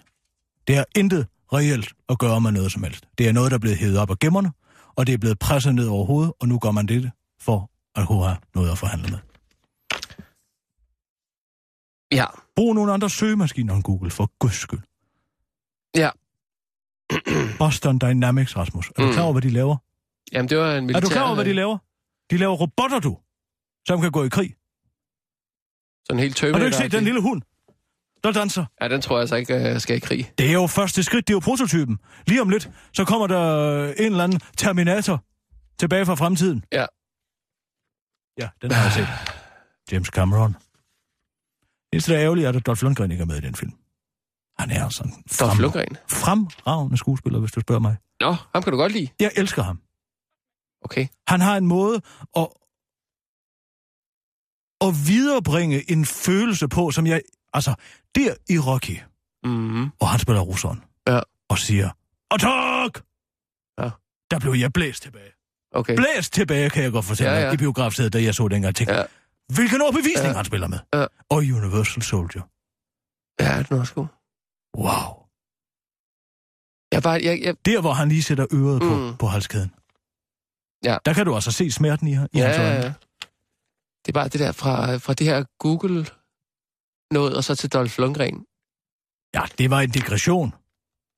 D: Det har intet reelt at gøre med noget som helst. Det er noget, der er blevet hævet op af gemmerne, og det er blevet presset ned over hovedet, og nu gør man det for at kunne have noget at forhandle med.
E: Ja,
D: Brug nogle andre søgemaskiner end Google, for guds skyld.
E: ja.
D: Boston Dynamics, Rasmus. Er du
E: Mm.
D: klar over, hvad de laver?
E: Jamen, det var en militær... øh,
D: Er du klar over, hvad de laver? De laver robotter, du, som kan gå i krig.
E: Sådan helt
D: Har
E: tømme.
D: du ikke set den lille hund, der danser?
E: Ja, den tror jeg altså ikke øh, skal i krig.
D: Det er jo første skridt, det er jo prototypen. Lige om lidt, så kommer der en eller anden Terminator tilbage fra fremtiden.
E: Ja.
D: Ja, den har jeg set. James Cameron. Det eneste, der er ærgerligt, er, at Dolph Lundgren ikke er med i den film. Han er sådan en
E: Dolph
D: fremra-
E: Lundgren.
D: fremragende skuespiller, hvis du spørger mig.
E: Nå, ham kan du godt lide.
D: Jeg elsker ham.
E: Okay.
D: Han har en måde at, at viderebringe en følelse på, som jeg... Altså, der i Rocky,
E: Mm-hmm.
D: hvor han spiller russeren,
E: Ja.
D: og siger, Attack!
E: Ja.
D: Der blev jeg blæst tilbage.
E: Okay.
D: Blæst tilbage, kan jeg godt fortælle
E: Ja,
D: ja,
E: ja.
D: ja. i biografstedet, da jeg så dengang. Tænkte,
E: Ja.
D: ja. Hvilken overbevisning
E: Ja.
D: ja. han spiller med.
E: Ja.
D: Og Universal Soldier.
E: ja, den er også god.
D: Wow.
E: Jeg, bare, jeg, jeg,
D: Der, hvor han lige sætter øret
E: Mm.
D: på, på halskæden.
E: Ja.
D: Der kan du altså se smerten i, i
E: ja,
D: hans øjne.
E: ja, ja. Det er bare det der fra, fra det her Google noget og så til Dolph Lundgren.
D: Ja, det var en digression.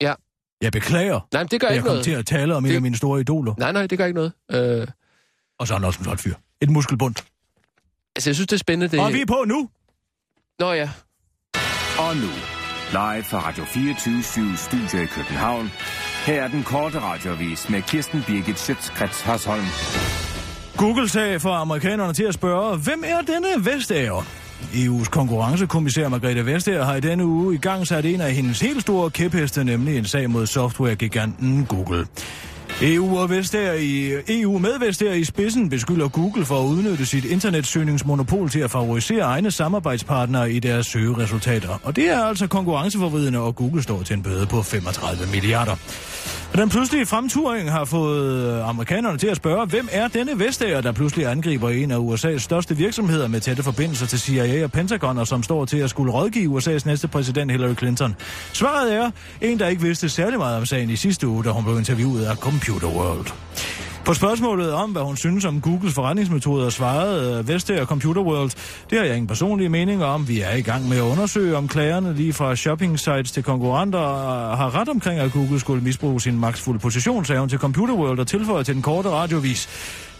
E: Ja.
D: Jeg beklager,
E: Nej, men det gør
D: at jeg
E: ikke
D: kom
E: noget.
D: til at tale om en
E: Det-
D: af mine store idoler.
E: Nej, nej, det gør ikke noget. Øh,
D: Og så er han også en flot fyr. Et muskelbund.
E: Altså, jeg synes, det er spændende. Det...
D: Og vi er på nu.
E: Nå ja.
F: Og nu, live fra Radio 24 Studio i København. Her er den korte radiovis med Kirsten Birgit Schøtzgrads Hasholm.
D: Google sagde for amerikanerne til at spørge, hvem er denne Vestager? EU's konkurrencekommissær Margrethe Vestager har i denne uge i gang sat en af hendes helt store kæpheste, nemlig en sag mod softwaregiganten Google. EU og Vestager i, EU med Vestager i spidsen beskylder Google for at udnytte sit internetsøgningsmonopol til at favorisere egne samarbejdspartnere i deres søgeresultater. Og det er altså konkurrenceforvridende, og Google står til en bøde på 35 milliarder. Og den pludselige fremturing har fået øh, amerikanerne til at spørge, hvem er denne Vestager, der pludselig angriber en af USA's største virksomheder med tætte forbindelser til CIA og Pentagon, og som står til at skulle rådgive USA's næste præsident Hillary Clinton. Svaret er en, der ikke vidste særlig meget om sagen i sidste uge, da hun blev interviewet af Computer World. På spørgsmålet om, hvad hun synes om Googles forretningsmetoder, svarede Vestager Computer World, det har jeg ingen personlige meninger om. Vi er i gang med at undersøge, om klagerne lige fra shopping sites til konkurrenter øh, har ret omkring, at Google skulle misbruge sin magtfulde position, sagde hun til Computer World og tilføjede til den korte radiovis.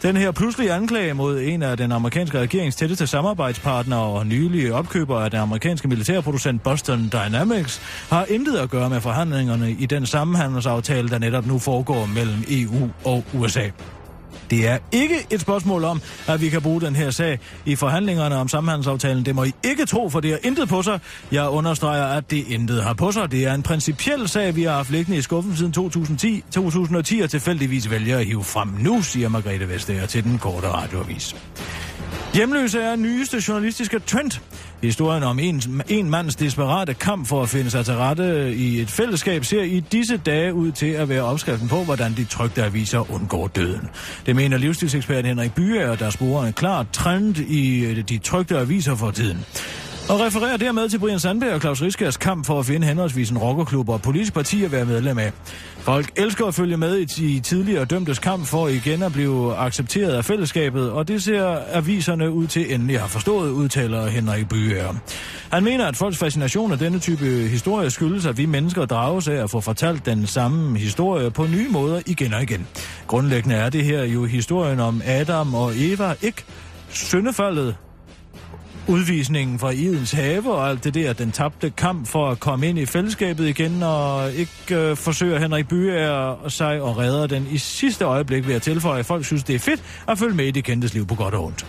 D: Den her pludselige anklage mod en af den amerikanske regerings tætteste samarbejdspartnere og nylige opkøber af den amerikanske militærproducent Boston Dynamics har intet at gøre med forhandlingerne i den sammenhandelsaftale, der netop nu foregår mellem EU og USA. Det er ikke et spørgsmål om, at vi kan bruge den her sag i forhandlingerne om samhandelsaftalen. Det må I ikke tro, for det har intet på sig. Jeg understreger, at det intet har på sig. Det er en principiel sag, vi har haft liggende i skuffen siden 2010, 2010 og tilfældigvis vælger at hive frem nu, siger Margrethe Vestager til den korte radioavis. Hjemløse er nyeste journalistiske trend. Historien om en, en mands desperate kamp for at finde sig til rette i et fællesskab ser i disse dage ud til at være opskriften på, hvordan de trygte aviser undgår døden. Det mener livsstilsekspert Henrik Byer, der sporer en klar trend i de trygte aviser for tiden. Og refererer dermed til Brian Sandberg og Claus Riskærs kamp for at finde henholdsvis en rockerklub og et politisk parti at være medlem af. Folk elsker at følge med i de tidligere dømtes kamp for igen at blive accepteret af fællesskabet, og det ser aviserne ud til endelig har forstået, udtaler Henrik Byer. Han mener, at folks fascination af denne type historie skyldes, at vi mennesker drages af at få fortalt den samme historie på nye måder igen og igen. Grundlæggende er det her jo historien om Adam og Eva, ikke syndefaldet, udvisningen fra Idens have og alt det der, den tabte kamp for at komme ind i fællesskabet igen, og ikke øh, forsøger Henrik Byer sig og redder den i sidste øjeblik ved at tilføje, at folk synes, det er fedt at følge med i det kendtes liv på godt og ondt.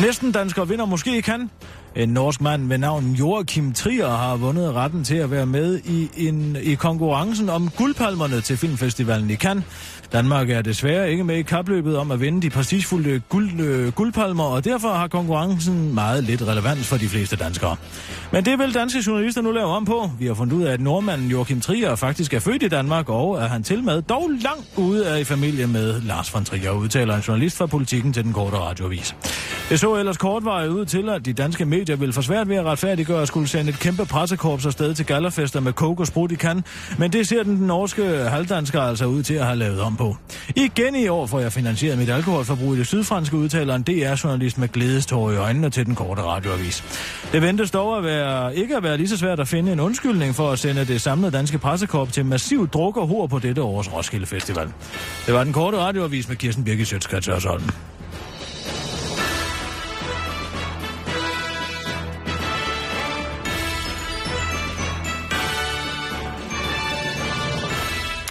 D: Næsten dansker vinder måske kan. En norsk mand ved navn Joachim Trier har vundet retten til at være med i, en, i konkurrencen om guldpalmerne til filmfestivalen i Cannes. Danmark er desværre ikke med i kapløbet om at vinde de prestigefulde guld, øh, guldpalmer, og derfor har konkurrencen meget lidt relevans for de fleste danskere. Men det vil danske journalister nu lave om på. Vi har fundet ud af, at nordmanden Joachim Trier faktisk er født i Danmark, og at han til med dog langt ude af i familie med Lars von Trier, udtaler en journalist fra Politiken til den korte radioavis. Det så ellers kortvarigt ud til, at de danske medier medier vil få svært ved at retfærdiggøre at skulle sende et kæmpe pressekorps afsted til gallerfester med coke og sprut i kan, men det ser den norske halvdansker altså ud til at have lavet om på. Igen i år får jeg finansieret mit alkoholforbrug i det sydfranske, udtaler en DR-journalist med glædestår i øjnene til den korte radioavis. Det ventes dog at være, ikke at være lige så svært at finde en undskyldning for at sende det samlede danske pressekorps til massiv druk og hår på dette års Roskilde Festival. Det var den korte radioavis med Kirsten Birgit Sjøtskrets Hørsholm.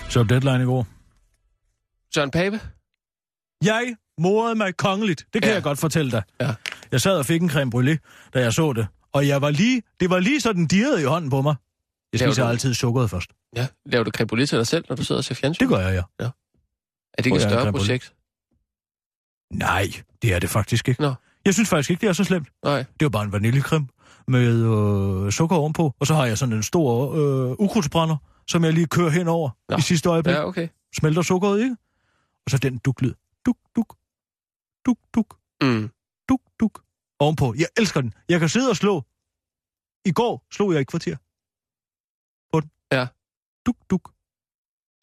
D: Så deadline i går.
E: Søren Pape?
D: Jeg morede mig kongeligt. Det kan
E: Ja.
D: ja. jeg godt fortælle dig.
E: Ja.
D: Jeg sad og fik en creme brûlée, da jeg så det. Og jeg var lige, det var lige sådan dirret i hånden på mig. Jeg
E: Laver
D: spiser
E: du-
D: altid sukkeret først.
E: Ja. Laver du creme brûlée til dig selv, når du sidder og ser fjernsyn?
D: Det gør jeg, ja.
E: Er det ikke
D: Tror
E: et
D: jeg,
E: større
D: creme brûlée.
E: projekt?
D: Nej, det er det faktisk ikke.
E: Nå.
D: Jeg synes faktisk ikke, det er så slemt.
E: Nej.
D: Det var bare en vaniljekrem med øh, sukker ovenpå. Og så har jeg sådan en stor øh, ukrudtsbrænder, som jeg lige kører henover
E: Nå.
D: Nå. i sidste øjeblik.
E: Ja,
D: Ja.
E: okay.
D: Smelter sukkeret, ikke? Og så den duklyd. Duk, duk. Duk, duk.
E: Mm.
D: duk, duk, ovenpå. Jeg elsker den. Jeg kan sidde og slå. I går slog jeg et kvarter. På den.
E: Ja.
D: Duk, duk.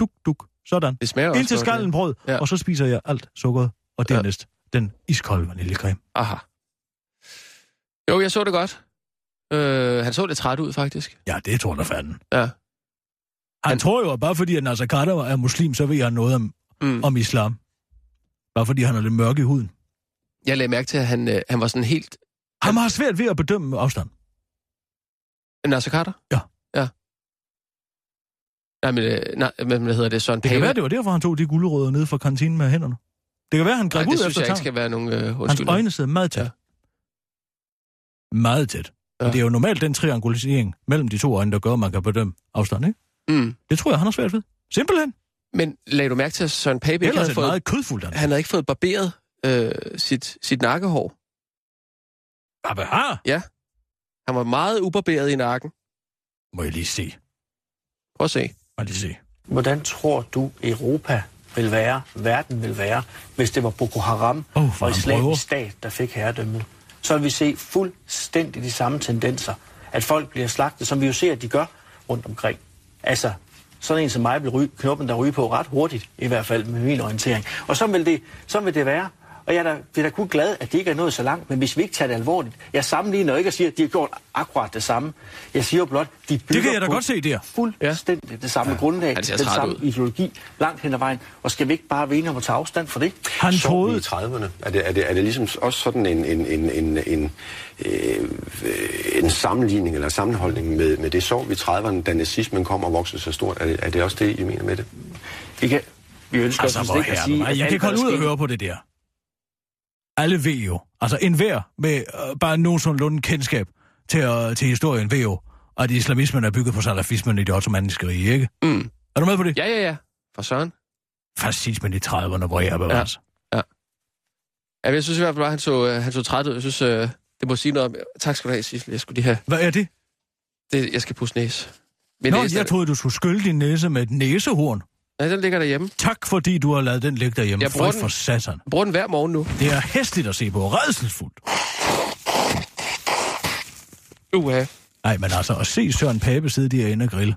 D: Duk, duk. Sådan.
E: Det smager også
D: Indtil
E: godt, ja.
D: skallen brød,
E: Ja.
D: ja. og så spiser jeg alt sukkeret, og
E: Ja.
D: dernæst den iskolde vaniljekrem.
E: Aha. Jo, jeg så det godt. Øh, han så lidt træt ud, faktisk.
D: Ja, det tror der fanden.
E: Ja.
D: Han
E: Han-
D: tror jo, at bare fordi at Nasser Kader er muslim, så ved han noget om,
E: Mm.
D: om islam. Bare fordi han er lidt mørk i huden.
E: Jeg lagde mærke til, at han, øh, han var sådan helt...
D: Han har svært ved at bedømme afstand.
E: Nasser Carter?
D: Ja.
E: Ja. Nej, men, øh, nej, men hvad hedder det? Søren
D: Det kan
E: Pape?
D: være, det var derfor, han tog de gulerødder ned fra kantinen med hænderne. Det kan være, han
E: Nej,
D: greb
E: det
D: ud
E: synes
D: efter
E: jeg ikke
D: tangen.
E: skal være nogen øh,
D: Hans
E: undskyldning.
D: øjne sidder meget tæt.
E: Ja.
D: Meget tæt. Ja.
E: Ja.
D: Det er jo normalt den triangulisering mellem de to øjne, der gør, at man kan bedømme afstand, ikke?
E: Mm.
D: Det tror jeg, han har svært ved. Simpelthen.
E: Men lagde du mærke til, at Søren Pape ikke
D: Ellers
E: havde
D: et
E: fået,
D: meget kødfuldt ansigt.
E: han havde ikke fået barberet øh, sit, sit nakkehår?
D: Abbe, har.
E: Han var meget ubarberet i nakken.
D: Må jeg lige se.
E: Prøv at se.
D: Må jeg lige se.
B: Hvordan tror du, Europa vil være, verden vil være, hvis det var Boko Haram
D: Åh, hvor
B: og
D: han prøver.
B: islamisk stat, der fik herredømmet? Så vil vi se fuldstændig de samme tendenser, at folk bliver slagtet, som vi jo ser, at de gør rundt omkring. Altså, sådan en som mig blev ry- knoppen, der ryge på ret hurtigt, i hvert fald med min orientering. Og så vil det, så vil det være. Og jeg er da, bliver da kun glad, at det ikke er nået så langt, men hvis vi ikke tager det alvorligt, jeg sammenligner ikke og siger, at de har gjort akkurat det samme. Jeg siger jo blot, de bygger
D: kan jeg da
B: på
D: godt se der.
B: fuldstændig det samme grundlag,
E: Han ser
B: den
E: træt
B: samme
E: ud.
B: ideologi langt hen ad vejen, og skal vi ikke bare vene om at tage afstand for det?
D: Han
G: Så vi
D: troede...
G: i 30'erne? Er det, er, det, er det ligesom også sådan en, en, en, en, en, øh, en sammenligning eller sammenholdning med, med det sorg i 30'erne, da nazismen kom og voksede så stort? Er det, er det også det, I mener med det?
B: Vi, kan, vi ønsker
D: Altså,
B: os
D: hvor
B: ikke at sige,
D: herre,
B: at
D: jeg kan
B: alt,
D: ikke holde ud
B: hvad der
D: og
B: skete-
D: høre på det der. Alle ved jo, altså enhver med øh, bare nogenlunde kendskab til, øh, til historien ved jo, at islamismen er bygget på salafismen i det ottomanske rige, ikke?
E: Mm.
D: Er du med på det?
E: Ja, ja, ja. For Søren.
D: Fascismen i 30'erne, hvor jeg bevares. Ja.
E: Ja, men jeg synes i hvert fald bare, han så, øh, han så træt ud. Jeg synes, øh, det må sige noget om... Tak skal du have, Sissel. Jeg skulle lige have...
D: Hvad er det?
E: Det, jeg skal pusse næse. Min
D: Nå,
E: næse,
D: jeg
E: den,
D: troede, du skulle skylle din næse med et næsehorn.
E: nej, den ligger derhjemme.
D: Tak, fordi du har lavet den ligge derhjemme.
E: Jeg
D: Jeg
E: bruger
D: Frygt
E: den.
D: for satan.
E: Jeg bruger den hver morgen nu.
D: Det er hæsligt at se på, redselsfuldt.
E: Uha.
D: Nej, men altså, at se Søren Pape sidde derinde og grille.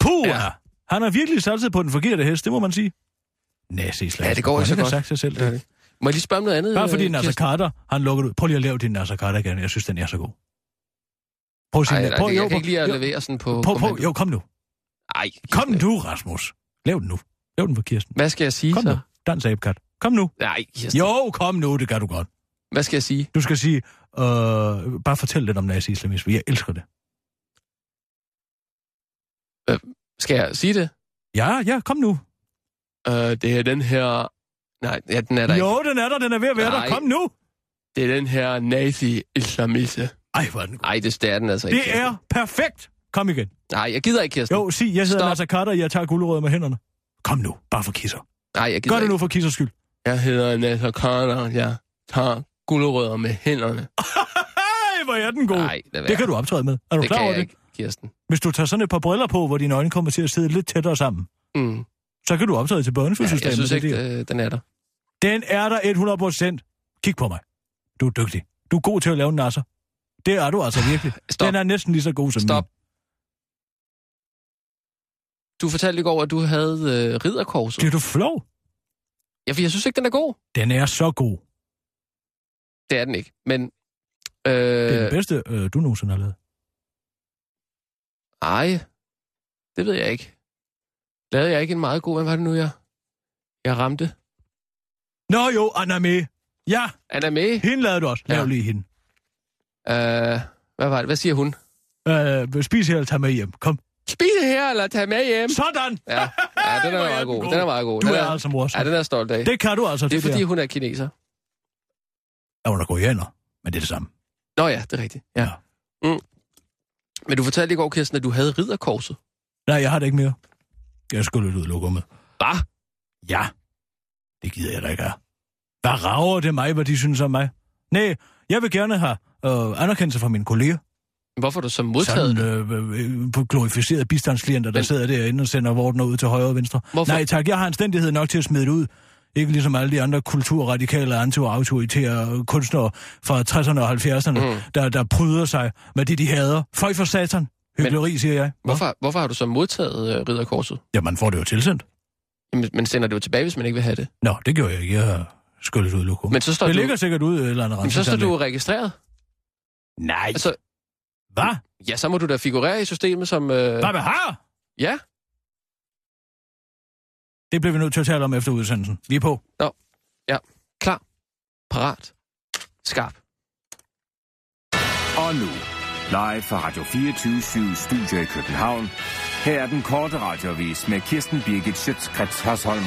D: Puh, ja.
E: Ja.
D: han har virkelig satset på den forkerte hest, det må man sige. Næse i slag.
E: Ja, det går ikke så
D: Han har
E: godt.
D: sagt sig selv
E: Det er
D: det.
E: det. Må jeg lige spørge om noget andet?
D: Bare fordi
E: øh,
D: Nasser
E: Kirsten?
D: Carter, han lukker ud. Prøv lige at lave din Nasser Carter igen, jeg synes, den er så god. Prøv at sige,
E: Ej,
D: den.
E: nej,
D: prøv,
E: det- jeg
D: jo,
E: kan ikke lige at
D: jo,
E: levere sådan på...
D: Prøv, prøv,
E: kommando.
D: jo, kom nu.
E: Ej,
D: Kom
E: Kirsten.
D: nu, Rasmus. Lav den nu. Lav den for Kirsten.
E: Hvad skal jeg sige
D: Kom
E: så?
D: nu. Dans abekat. Kom nu.
E: Nej, Kirsten.
D: Jo, kom nu, det kan du godt.
E: Hvad skal jeg sige?
D: Du skal sige, øh, bare fortæl lidt om nazi-islamisme. Jeg elsker det.
E: Skal jeg sige det?
D: Ja, ja, kom nu.
E: Øh, det er den her... Nej, ja, den er der ikke.
D: Jo, den er der, den er ved at være der.
E: Nej.
D: Kom nu.
E: Det er den her nazi-islamisse.
D: Ej, hvor er den god.
E: Nej, det det er den altså ikke.
D: Det er perfekt. Kom igen.
E: Nej, jeg gider ikke, Kirsten.
D: Jo, sig, jeg hedder
E: Stop.
D: Nasser Carter, jeg tager gulerødder med hænderne. Kom nu, bare for kisser.
E: Nej, jeg gider
D: Gør det
E: ikke.
D: nu for kissers skyld.
E: Jeg hedder Nasser Carter, og jeg tager gulerødder med hænderne.
D: Ej, hvor er den god.
E: Nej, lad være.
D: det kan du optræde med. Er du
E: det
D: klar
E: kan
D: over
E: jeg
D: det?
E: ikke, Kirsten.
D: Hvis du tager sådan et par briller på, hvor dine øjne kommer til at sidde lidt tættere sammen,
E: Mm.
D: så kan du optræde til
E: Ja,
D: børnefødselsdagen.
E: jeg synes
D: med
E: ikke,
D: det.
E: øh, den er der.
D: der. Den er der 100 procent. Kig på mig. Du er dygtig. Du er god til at lave en nasser. Det er du altså virkelig.
E: Stop.
D: Den er næsten lige så god som
E: Stop.
D: min.
E: Du fortalte i går, at du havde øh, ridderkorset.
D: Bliver du flov?
E: Ja, for jeg synes ikke, den er god.
D: Den er så god.
E: Det er den ikke, men...
D: Det er den
E: Øh,
D: bedste, øh, du nogensinde har lavet.
E: ej, det ved jeg ikke. Lavede jeg ikke en meget god... Hvad var det nu, jeg, jeg ramte?
D: Nå jo, Anna Mee. Ja,
E: Anna May?
D: hende lavede du også. Lav
E: Ja.
D: lige hende.
E: Øh, hvad var det? Hvad siger hun?
D: Øh, spis her og tag med hjem. Kom.
E: Spis her, eller tag med hjem.
D: Sådan!
E: Ja, ja den
D: Hvor
E: er
D: er
E: meget
D: den
E: god.
D: god.
E: Den er meget god.
D: Du
E: Den
D: er altså morsom.
E: Ja, den er jeg stolt af. Det,
D: Det kan du altså,
E: det er fordi, hun er kineser.
D: Ja, hun er koreaner, men det er det samme.
E: Nå ja, det er rigtigt.
D: Ja.
E: Mm. Men du fortalte i går, Kirsten, at du havde ridderkorset.
D: Nej, jeg har det ikke mere. Jeg skulle lidt ud og lukke med.
E: Hva?
D: Ja, det gider jeg da ikke have. Hvad rager det mig, hvad de synes om mig? Nej, jeg vil gerne have øh, anerkendelse fra mine kolleger.
E: Hvorfor har du så modtaget
D: Sådan
E: det?
D: øh, øh, øh, glorificerede bistandsklienter, der
E: Men-
D: sidder derinde og sender vordner ud til højre og venstre.
E: Hvorfor?
D: Nej tak, jeg har anstændighed nok til at smide det ud. Ikke ligesom alle de andre kulturradikale og anti-autoritære kunstnere fra 60'erne og 70'erne, mm.
E: Mm.
D: der, der pryder sig med det, de hader. Føj for satan. Hykleri, siger jeg. Hva?
E: Hvorfor, hvorfor har du så modtaget øh, ridderkorset?
D: Ja, man får det jo tilsendt.
E: Jamen, man sender det jo tilbage, hvis man ikke vil have det.
D: Nå, det gjorde jeg ikke. Jeg har skyllet ud lokum.
E: Men så står
D: det
E: du-
D: ligger sikkert ud i et eller andet
E: Jamen, så står du registreret.
D: Nej.
E: Altså,
D: Hvad?
E: ja, så må du da figurere i systemet som... Øh,
D: Hvad med har?
E: ja,
D: Det bliver vi nødt til at tale om efter udsendelsen. Vi er på.
E: klar. parat, skarp.
F: Og nu, live fra Radio 24 Studio i København. Her er den korte radiovis med Kirsten Birgit Schøtzgrads Hasholm.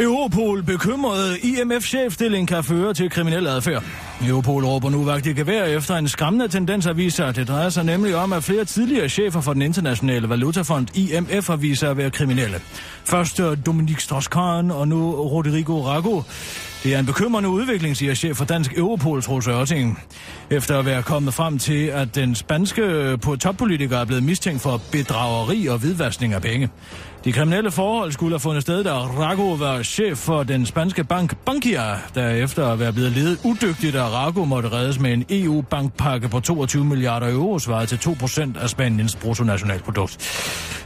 D: Europol bekymrede IMF-chefstilling kan føre til kriminel adfærd. Europol råber nu vagt i gevær efter en skræmmende tendens at vise sig. Det drejer sig nemlig om, at flere tidligere chefer for den internationale valutafond IMF har vist sig at være kriminelle. Først øh, Dominik Strauss-Kahn og nu Rodrigo Rago. Det er en bekymrende udvikling, siger chef for Dansk Europol, Troels Ørting. Efter at være kommet frem til, at den spanske øh, på- toppolitiker er blevet mistænkt for bedrageri og hvidvaskning af penge. De kriminelle forhold skulle have fundet sted, da Rago var chef for den spanske bank Bankia, der efter at være blevet ledet udygtigt af Rago måtte reddes med en EU-bankpakke på 22 milliarder euro, svaret til 2% af Spaniens bruttonationalprodukt.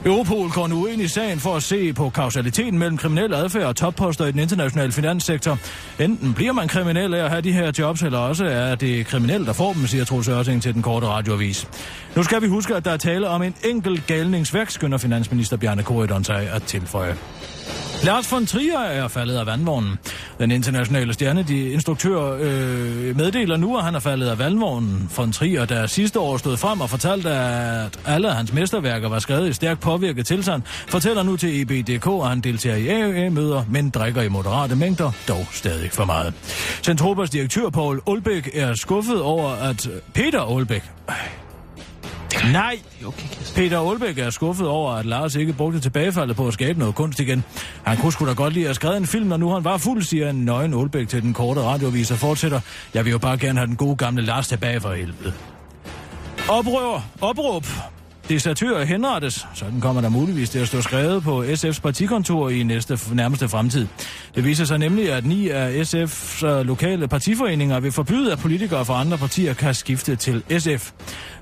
D: Europol går nu ind i sagen for at se på kausaliteten mellem kriminel adfærd og topposter i den internationale finanssektor. Enten bliver man kriminel af at have de her jobs, eller også er det kriminelle, der får dem, siger Troels Ørting til den korte radioavis. Nu skal vi huske, at der er tale om en enkelt galningsværk, skynder finansminister Bjarne Korydon sig at tilføje. Lars von Trier er faldet af vandvognen. Den internationale stjerne, de instruktør, øh, meddeler nu, at han er faldet af vandvognen. Von Trier, der sidste år stod frem og fortalte, at alle hans mesterværker var skrevet i stærkt påvirket tilstand, fortæller nu til E EBDK, at han deltager i AUA-møder, men drikker i moderate mængder, dog stadig for meget. Centropas direktør Paul Olbæk er skuffet over, at Peter Olbæk... Ej. Nej,
E: Okay, Kirsten.
D: Peter Olbæk er skuffet over, at Lars ikke brugte tilbagefaldet på at skabe noget kunst igen. Han kunne sgu da godt lide at have skrevet en film, når nu han var fuld, siger en nøgen Olbæk til den korte radioavis og fortsætter. Jeg vil jo bare gerne have den gode gamle Lars tilbage for helvede. Oprør, opråb. Desertører henrettes. Sådan kommer der muligvis til at stå skrevet på SF's partikontor i næste nærmeste fremtid. Det viser sig nemlig, at ni af SF's øh, lokale partiforeninger vil forbyde, at politikere fra andre partier kan skifte til SF.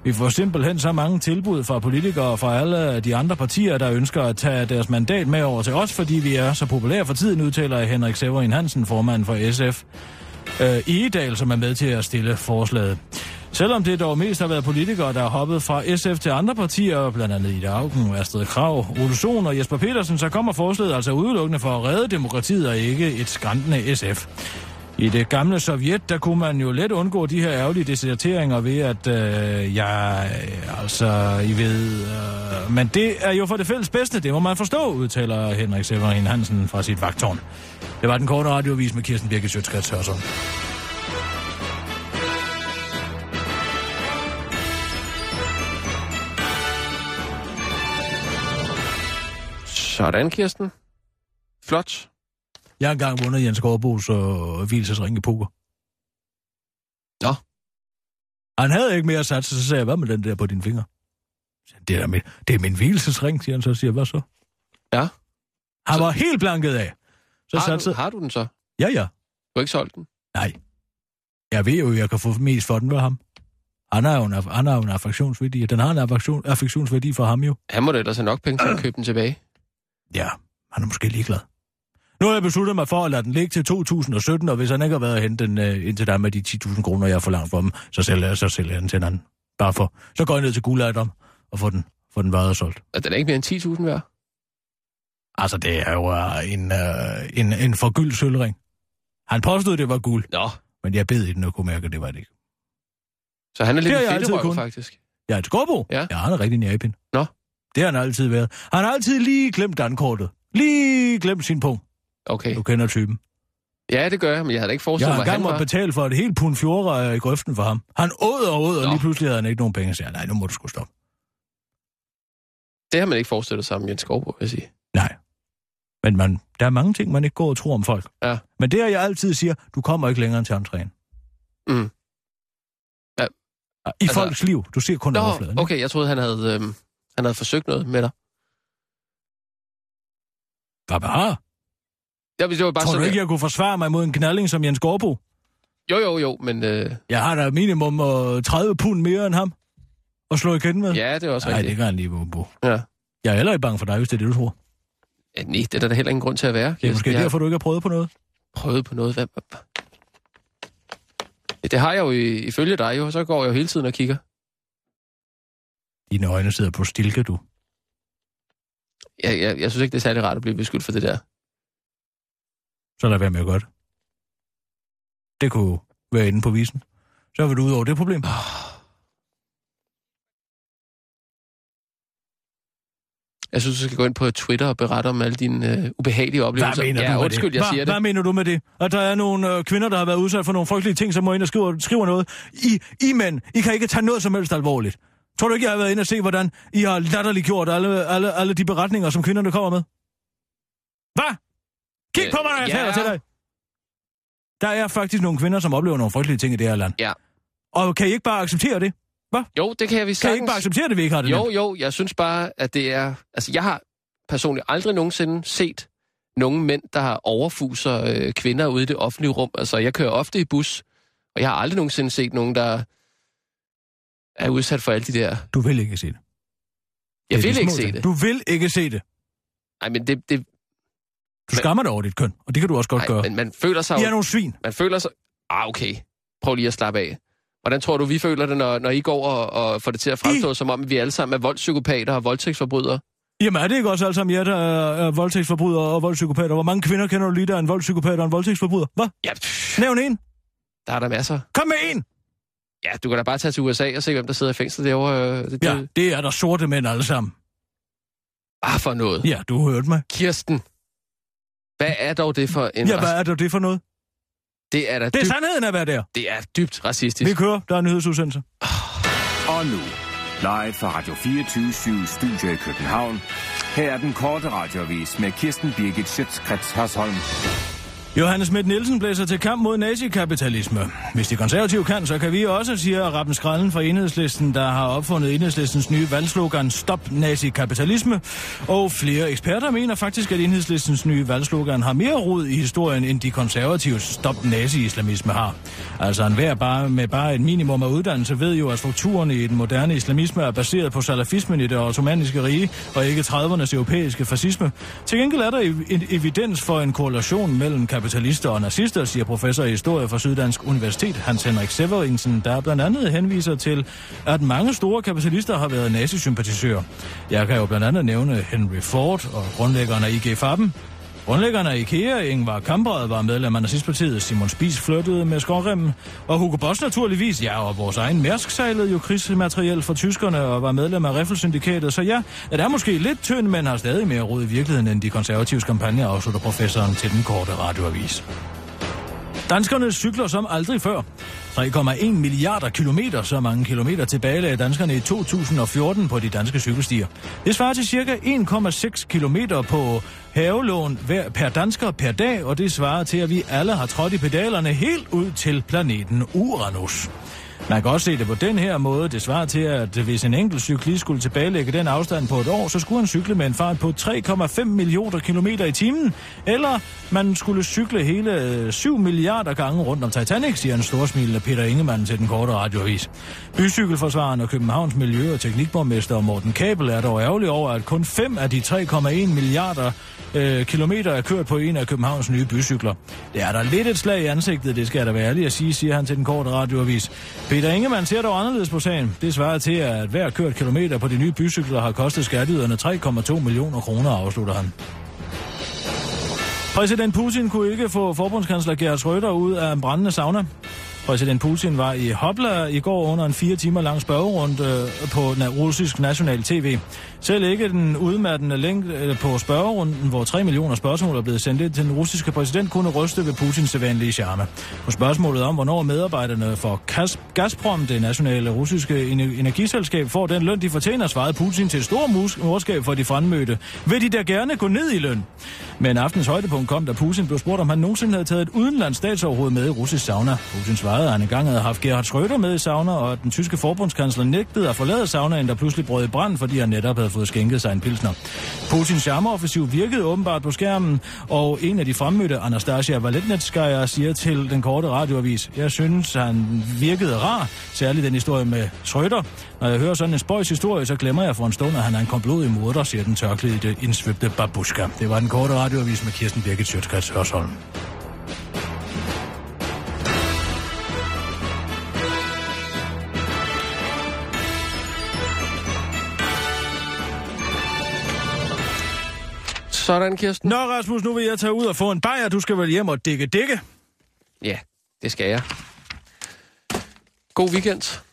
D: Vi får simpelthen så mange tilbud fra politikere fra alle de andre partier, der ønsker at tage deres mandat med over til os, fordi vi er så populære for tiden, udtaler Henrik Severin Hansen, formand for SF øh, Egedal, som er med til at stille forslaget. Selvom det dog mest har været politikere, der er hoppet fra SF til andre partier, blandt andet Ida Auken, Astrid Krav, Ole Sohn og Jesper Petersen, så kommer forslaget altså udelukkende for at redde demokratiet og ikke et skrantende SF. I det gamle Sovjet, der kunne man jo let undgå de her ærgerlige deserteringer ved, at øh, jeg, altså, I ved... Øh, men det er jo for det fælles bedste, det må man forstå, udtaler Henrik Severin Hansen fra sit vagtårn. Det var den korte radiovis med Kirsten Birke Sjøtskrets Hørsholm.
E: Sådan, Kirsten. Flot.
D: Jeg har engang vundet Jens Gårdbos og hvilesesring i poker.
E: Nå.
D: Han havde ikke mere at satse, så sagde jeg, hvad med den der på dine fingre? Så Det er, da min, det er min hvilesesring, siger han så. Siger, jeg, hvad så?
E: Ja.
D: Han var helt blanket af. Så
E: Har du,
D: satte
E: har du den så?
D: Ja, ja.
E: Du har ikke solgt den?
D: Nej. Jeg ved jo, jeg kan få mest for den ved ham. Han har jo en, aff- han har jo en affektionsværdi, og den har en affektion, affektionsværdi for ham jo.
E: Han må da ellers have nok penge til at købe den tilbage.
D: Ja, han er måske ligeglad. Nu har jeg besluttet mig for at lade den ligge til 2017, og hvis han ikke har været at hente den øh, ind til dig med de 10.000 kroner, jeg har forlangt for dem, så sælger jeg, så sælger jeg den til en anden. Bare for. Så går jeg ned til Gulatom og får den, får den vejet og solgt.
E: Er den ikke mere end 10.000 værd?
D: Altså, det er jo øh, en, øh, en, en forgyldt sølvring. Han påstod, det var guld,
E: Nå.
D: men jeg bed i den og kunne mærke, at det var det ikke.
E: Så han er lidt
D: Det har
E: en
D: jeg altid
E: fedterøv,
D: kunnet.
E: faktisk.
D: Jeg er et skorbo.
E: Ja.
D: Jeg har en rigtig nærepind.
E: Nå.
D: Det har han altid været. Han har altid lige glemt dankortet. Lige glemt sin punkt.
E: Okay.
D: Du kender typen.
E: Ja, det gør jeg, men jeg havde da ikke
D: Jeg
E: forestillet
D: har
E: mig, at
D: engang
E: han
D: måtte
E: var...
D: betale for et helt pund fjordrejer i grøften for ham. Han åd og åd, og
E: Nå.
D: lige pludselig havde han ikke nogen penge. Så jeg, nej, nu må du sgu stoppe.
E: Det har man ikke forestillet sig om Jens Skovbo, vil jeg sige.
D: Nej. Men man, der er mange ting, man ikke går og tror om folk.
E: Ja.
D: Men det er, jeg altid siger, du kommer ikke længere end til entréen.
E: Mm. Ja,
D: Ah, I
E: altså-
D: folks liv. Du ser kun
E: Nå,
D: overfladen. ikke?
E: okay, jeg troede, han havde, øhm, han havde forsøgt noget med dig.
D: Hvad bare?
E: Jeg, det var bare
D: Tror du
E: sådan,
D: ikke, jeg kunne forsvare mig mod en knalling som Jens Gårdbo?
E: Jo, jo, jo, men øh,
D: Jeg har da minimum øh, 30 pund mere end ham. Og slå igen med?
E: ja, det er også
D: Nej, det
E: rigtigt.
D: kan han lige på.
E: Ja.
D: Jeg er heller ikke bange for dig, hvis det er det, du tror.
E: Ja, nej, det er der da heller ingen grund til at være.
D: Det er måske
E: jeg
D: derfor, du ikke har prøvet på noget.
E: har prøvet på noget. Hvad, hvad, hvad? Ja, Det har jeg jo i- ifølge dig jo, så går jeg jo hele tiden og kigger.
D: Dine øjne sidder på stilke, du.
E: Jeg, jeg, jeg synes ikke, det er særlig rart at blive beskyldt for det der.
D: Så lad være med at gøre det. Det kunne jo være inde på visen. Så vil du ud over det problem.
E: Jeg synes, du skal gå ind på Twitter og berette om alle dine øh, ubehagelige oplevelser.
D: Hvad mener
E: ja,
D: du med
E: undskyld,
D: det?
E: jeg
D: hvad,
E: siger
D: Hvad
E: det.
D: mener du med det? At der er nogle øh, kvinder, der har været udsat for nogle frygtelige ting, som må ind og skriver, skriver noget. I, I mænd, I kan ikke tage noget som helst alvorligt. Tror du ikke, jeg har været inde og se, hvordan I har latterliggjort alle, alle, alle de beretninger, som kvinderne kommer med? Hvad? Kig på mig, når jeg
E: Øh, ja.
D: taler til dig. Der er faktisk nogle kvinder, som oplever nogle frygtelige ting i det her land.
E: Ja.
D: Og kan I ikke bare acceptere det?
E: Jo, det kan jeg
D: Kan
E: vi
D: I
E: sagtens.
D: ikke bare acceptere det, vi ikke har det
E: Jo,
D: nemt?
E: jo, jeg synes bare, at det er... Altså, jeg har personligt aldrig nogensinde set nogen mænd, der har overfuser øh, kvinder ude i det offentlige rum. Altså, jeg kører ofte i bus, og jeg har aldrig nogensinde set nogen, der er udsat for alle de der...
D: Du vil ikke se det. Det
E: Jeg
D: er
E: vil
D: de
E: ikke
D: små
E: se
D: ting.
E: det.
D: Du vil ikke se det.
E: Nej, men det... det
D: Du skammer dig over dit køn, og det kan du også godt
E: ej,
D: gøre.
E: men man føler sig
D: I
E: jo...
D: er nogle svin.
E: Man føler sig... Ah, okay. Prøv lige at slappe af. Hvordan tror du, vi føler det, når, når I går og, og får det til at fremstå, I... som om vi alle sammen er voldspsykopater og voldtægtsforbrydere?
D: Jamen er det ikke også alle sammen jer, der er er voldtægtsforbrydere og voldspsykopater? Hvor mange kvinder kender du lige, der er en voldspsykopat og en voldtægtsforbryder? Hvad?
E: Ja, pff,
D: Nævn en.
E: der er der masser.
D: Kom med en!
E: Ja, du kan da bare tage til USA og se, hvem der sidder i fængsel derovre. øh, Det, det,
D: Ja, det er der sorte mænd alle sammen.
E: Bare for noget.
D: Ja, du hørte mig.
E: Kirsten, hvad er dog det for en...
D: Ja,
E: rac-
D: hvad er det, det for noget?
E: Det er da
D: Det er
E: dybt,
D: sandheden at være der.
E: det er dybt racistisk.
D: Vi kører, der er en nyhedsudsendelse.
F: Og nu, live fra Radio 24 Studio i København. Her er den korte radiovis med Kirsten Birgit Schøtzgrads Hasholm.
D: Johannes Schmidt Nielsen blæser til kamp mod nazikapitalisme. Hvis de konservative kan, så kan vi også, siger Rappen Skrallen fra Enhedslisten, der har opfundet Enhedslistens nye valgslogan Stop nazikapitalisme. Og flere eksperter mener faktisk, at Enhedslistens nye valgslogan har mere rod i historien, end de konservatives Stop nazi-islamisme har. Altså en hver bare med bare et minimum af uddannelse ved jo, at strukturerne i den moderne islamisme er baseret på salafismen i det ottomanniske rige, og ikke 30'ernes europæiske fascisme. Til gengæld er der ev- en evidens for en korrelation mellem kapitalister og nazister, siger professor i historie fra Syddansk Universitet, Hans Henrik Severinsen, der blandt andet henviser til, at mange store kapitalister har været nazisympatisører. Jeg kan jo blandt andet nævne Henry Ford og grundlæggeren af IG Farben, Grundlæggeren af IKEA, Ingvar Kamprad, var medlem af nazistpartiet. Simon Spies flyttede med skovremmen. Og Hugo Boss naturligvis, ja, og vores egen Mærsk sejlede jo krigsmateriel for tyskerne og var medlem af Riffelsyndikatet. Så ja, det er måske lidt tynd, men har stadig mere rod i virkeligheden end de konservatives kampagne, afslutter professoren til den korte radioavis. Danskerne cykler som aldrig før. 3,1 milliarder kilometer, så mange kilometer tilbage lagde danskerne i 2014 på de danske cykelstier. Det svarer til ca. 1,6 kilometer på havelån hver per dansker per dag, og det svarer til, at vi alle har trådt i pedalerne helt ud til planeten Uranus. Man kan også se det på den her måde. Det svarer til, at hvis en enkelt cyklist skulle tilbagelægge den afstand på et år, så skulle han cykle med en fart på 3,5 millioner kilometer i timen. Eller man skulle cykle hele øh, 7 milliarder gange rundt om Titanic, siger en storsmilende Peter Ingemann til den korte radioavis. Bycykelforsvaren og Københavns Miljø- og Teknikborgmester Morten Kabel er dog ærgerlig over, at kun 5 af de 3,1 milliarder øh, kilometer er kørt på en af Københavns nye bycykler. Det er der lidt et slag i ansigtet, det skal jeg da være ærlig at sige, siger han til den korte radioavis. Peter Ingemann ser dog anderledes på sagen. Det svarer til, at hver kørt kilometer på de nye bycykler har kostet skatteyderne 3,2 millioner kroner, afslutter han. Præsident Putin kunne ikke få forbundskansler Gerhard Schröder ud af en brændende sauna. Præsident Putin var i Hopla i går under en fire timer lang spørgerunde øh, på na- russisk national tv. Selv ikke den udmattende længde øh, på spørgerunden, hvor 3 millioner spørgsmål er blevet sendt ind til den russiske præsident, kunne ryste ved Putins sædvanlige charme. På spørgsmålet om, hvornår medarbejderne for Kas- Gazprom, det nationale russiske ener- energiselskab, får den løn, de fortjener, svarede Putin til stor mus- morskab for de fremmødte. Vil de da gerne gå ned i løn? Men aftens højdepunkt kom, da Putin blev spurgt, om han nogensinde havde taget et udenlands statsoverhoved med i russisk sauna. Putin svarede, at han engang havde haft Gerhard Schröder med i sauna, og at den tyske forbundskansler nægtede at forlade saunaen, der pludselig brød i brand, fordi han netop havde fået skænket sig en pilsner. Putins charmeoffensiv virkede åbenbart på skærmen, og en af de fremmødte, Anastasia Valetnetskaya, siger til den korte radioavis, jeg synes, han virkede rar, særligt den historie med Schröder. Når jeg hører sådan en spøjs historie, så glemmer jeg for en stund, at han er en komplodig morder, siger den tørklædte indsvøbte babushka. Det var den korte radioavis med Kirsten Birgit Sjøtskrets Hørsholm.
E: Sådan, Kirsten.
D: Nå, Rasmus, nu vil jeg tage ud og få en bajer. Du skal vel hjem og dække dække.
E: Ja. Det skal jeg. God weekend.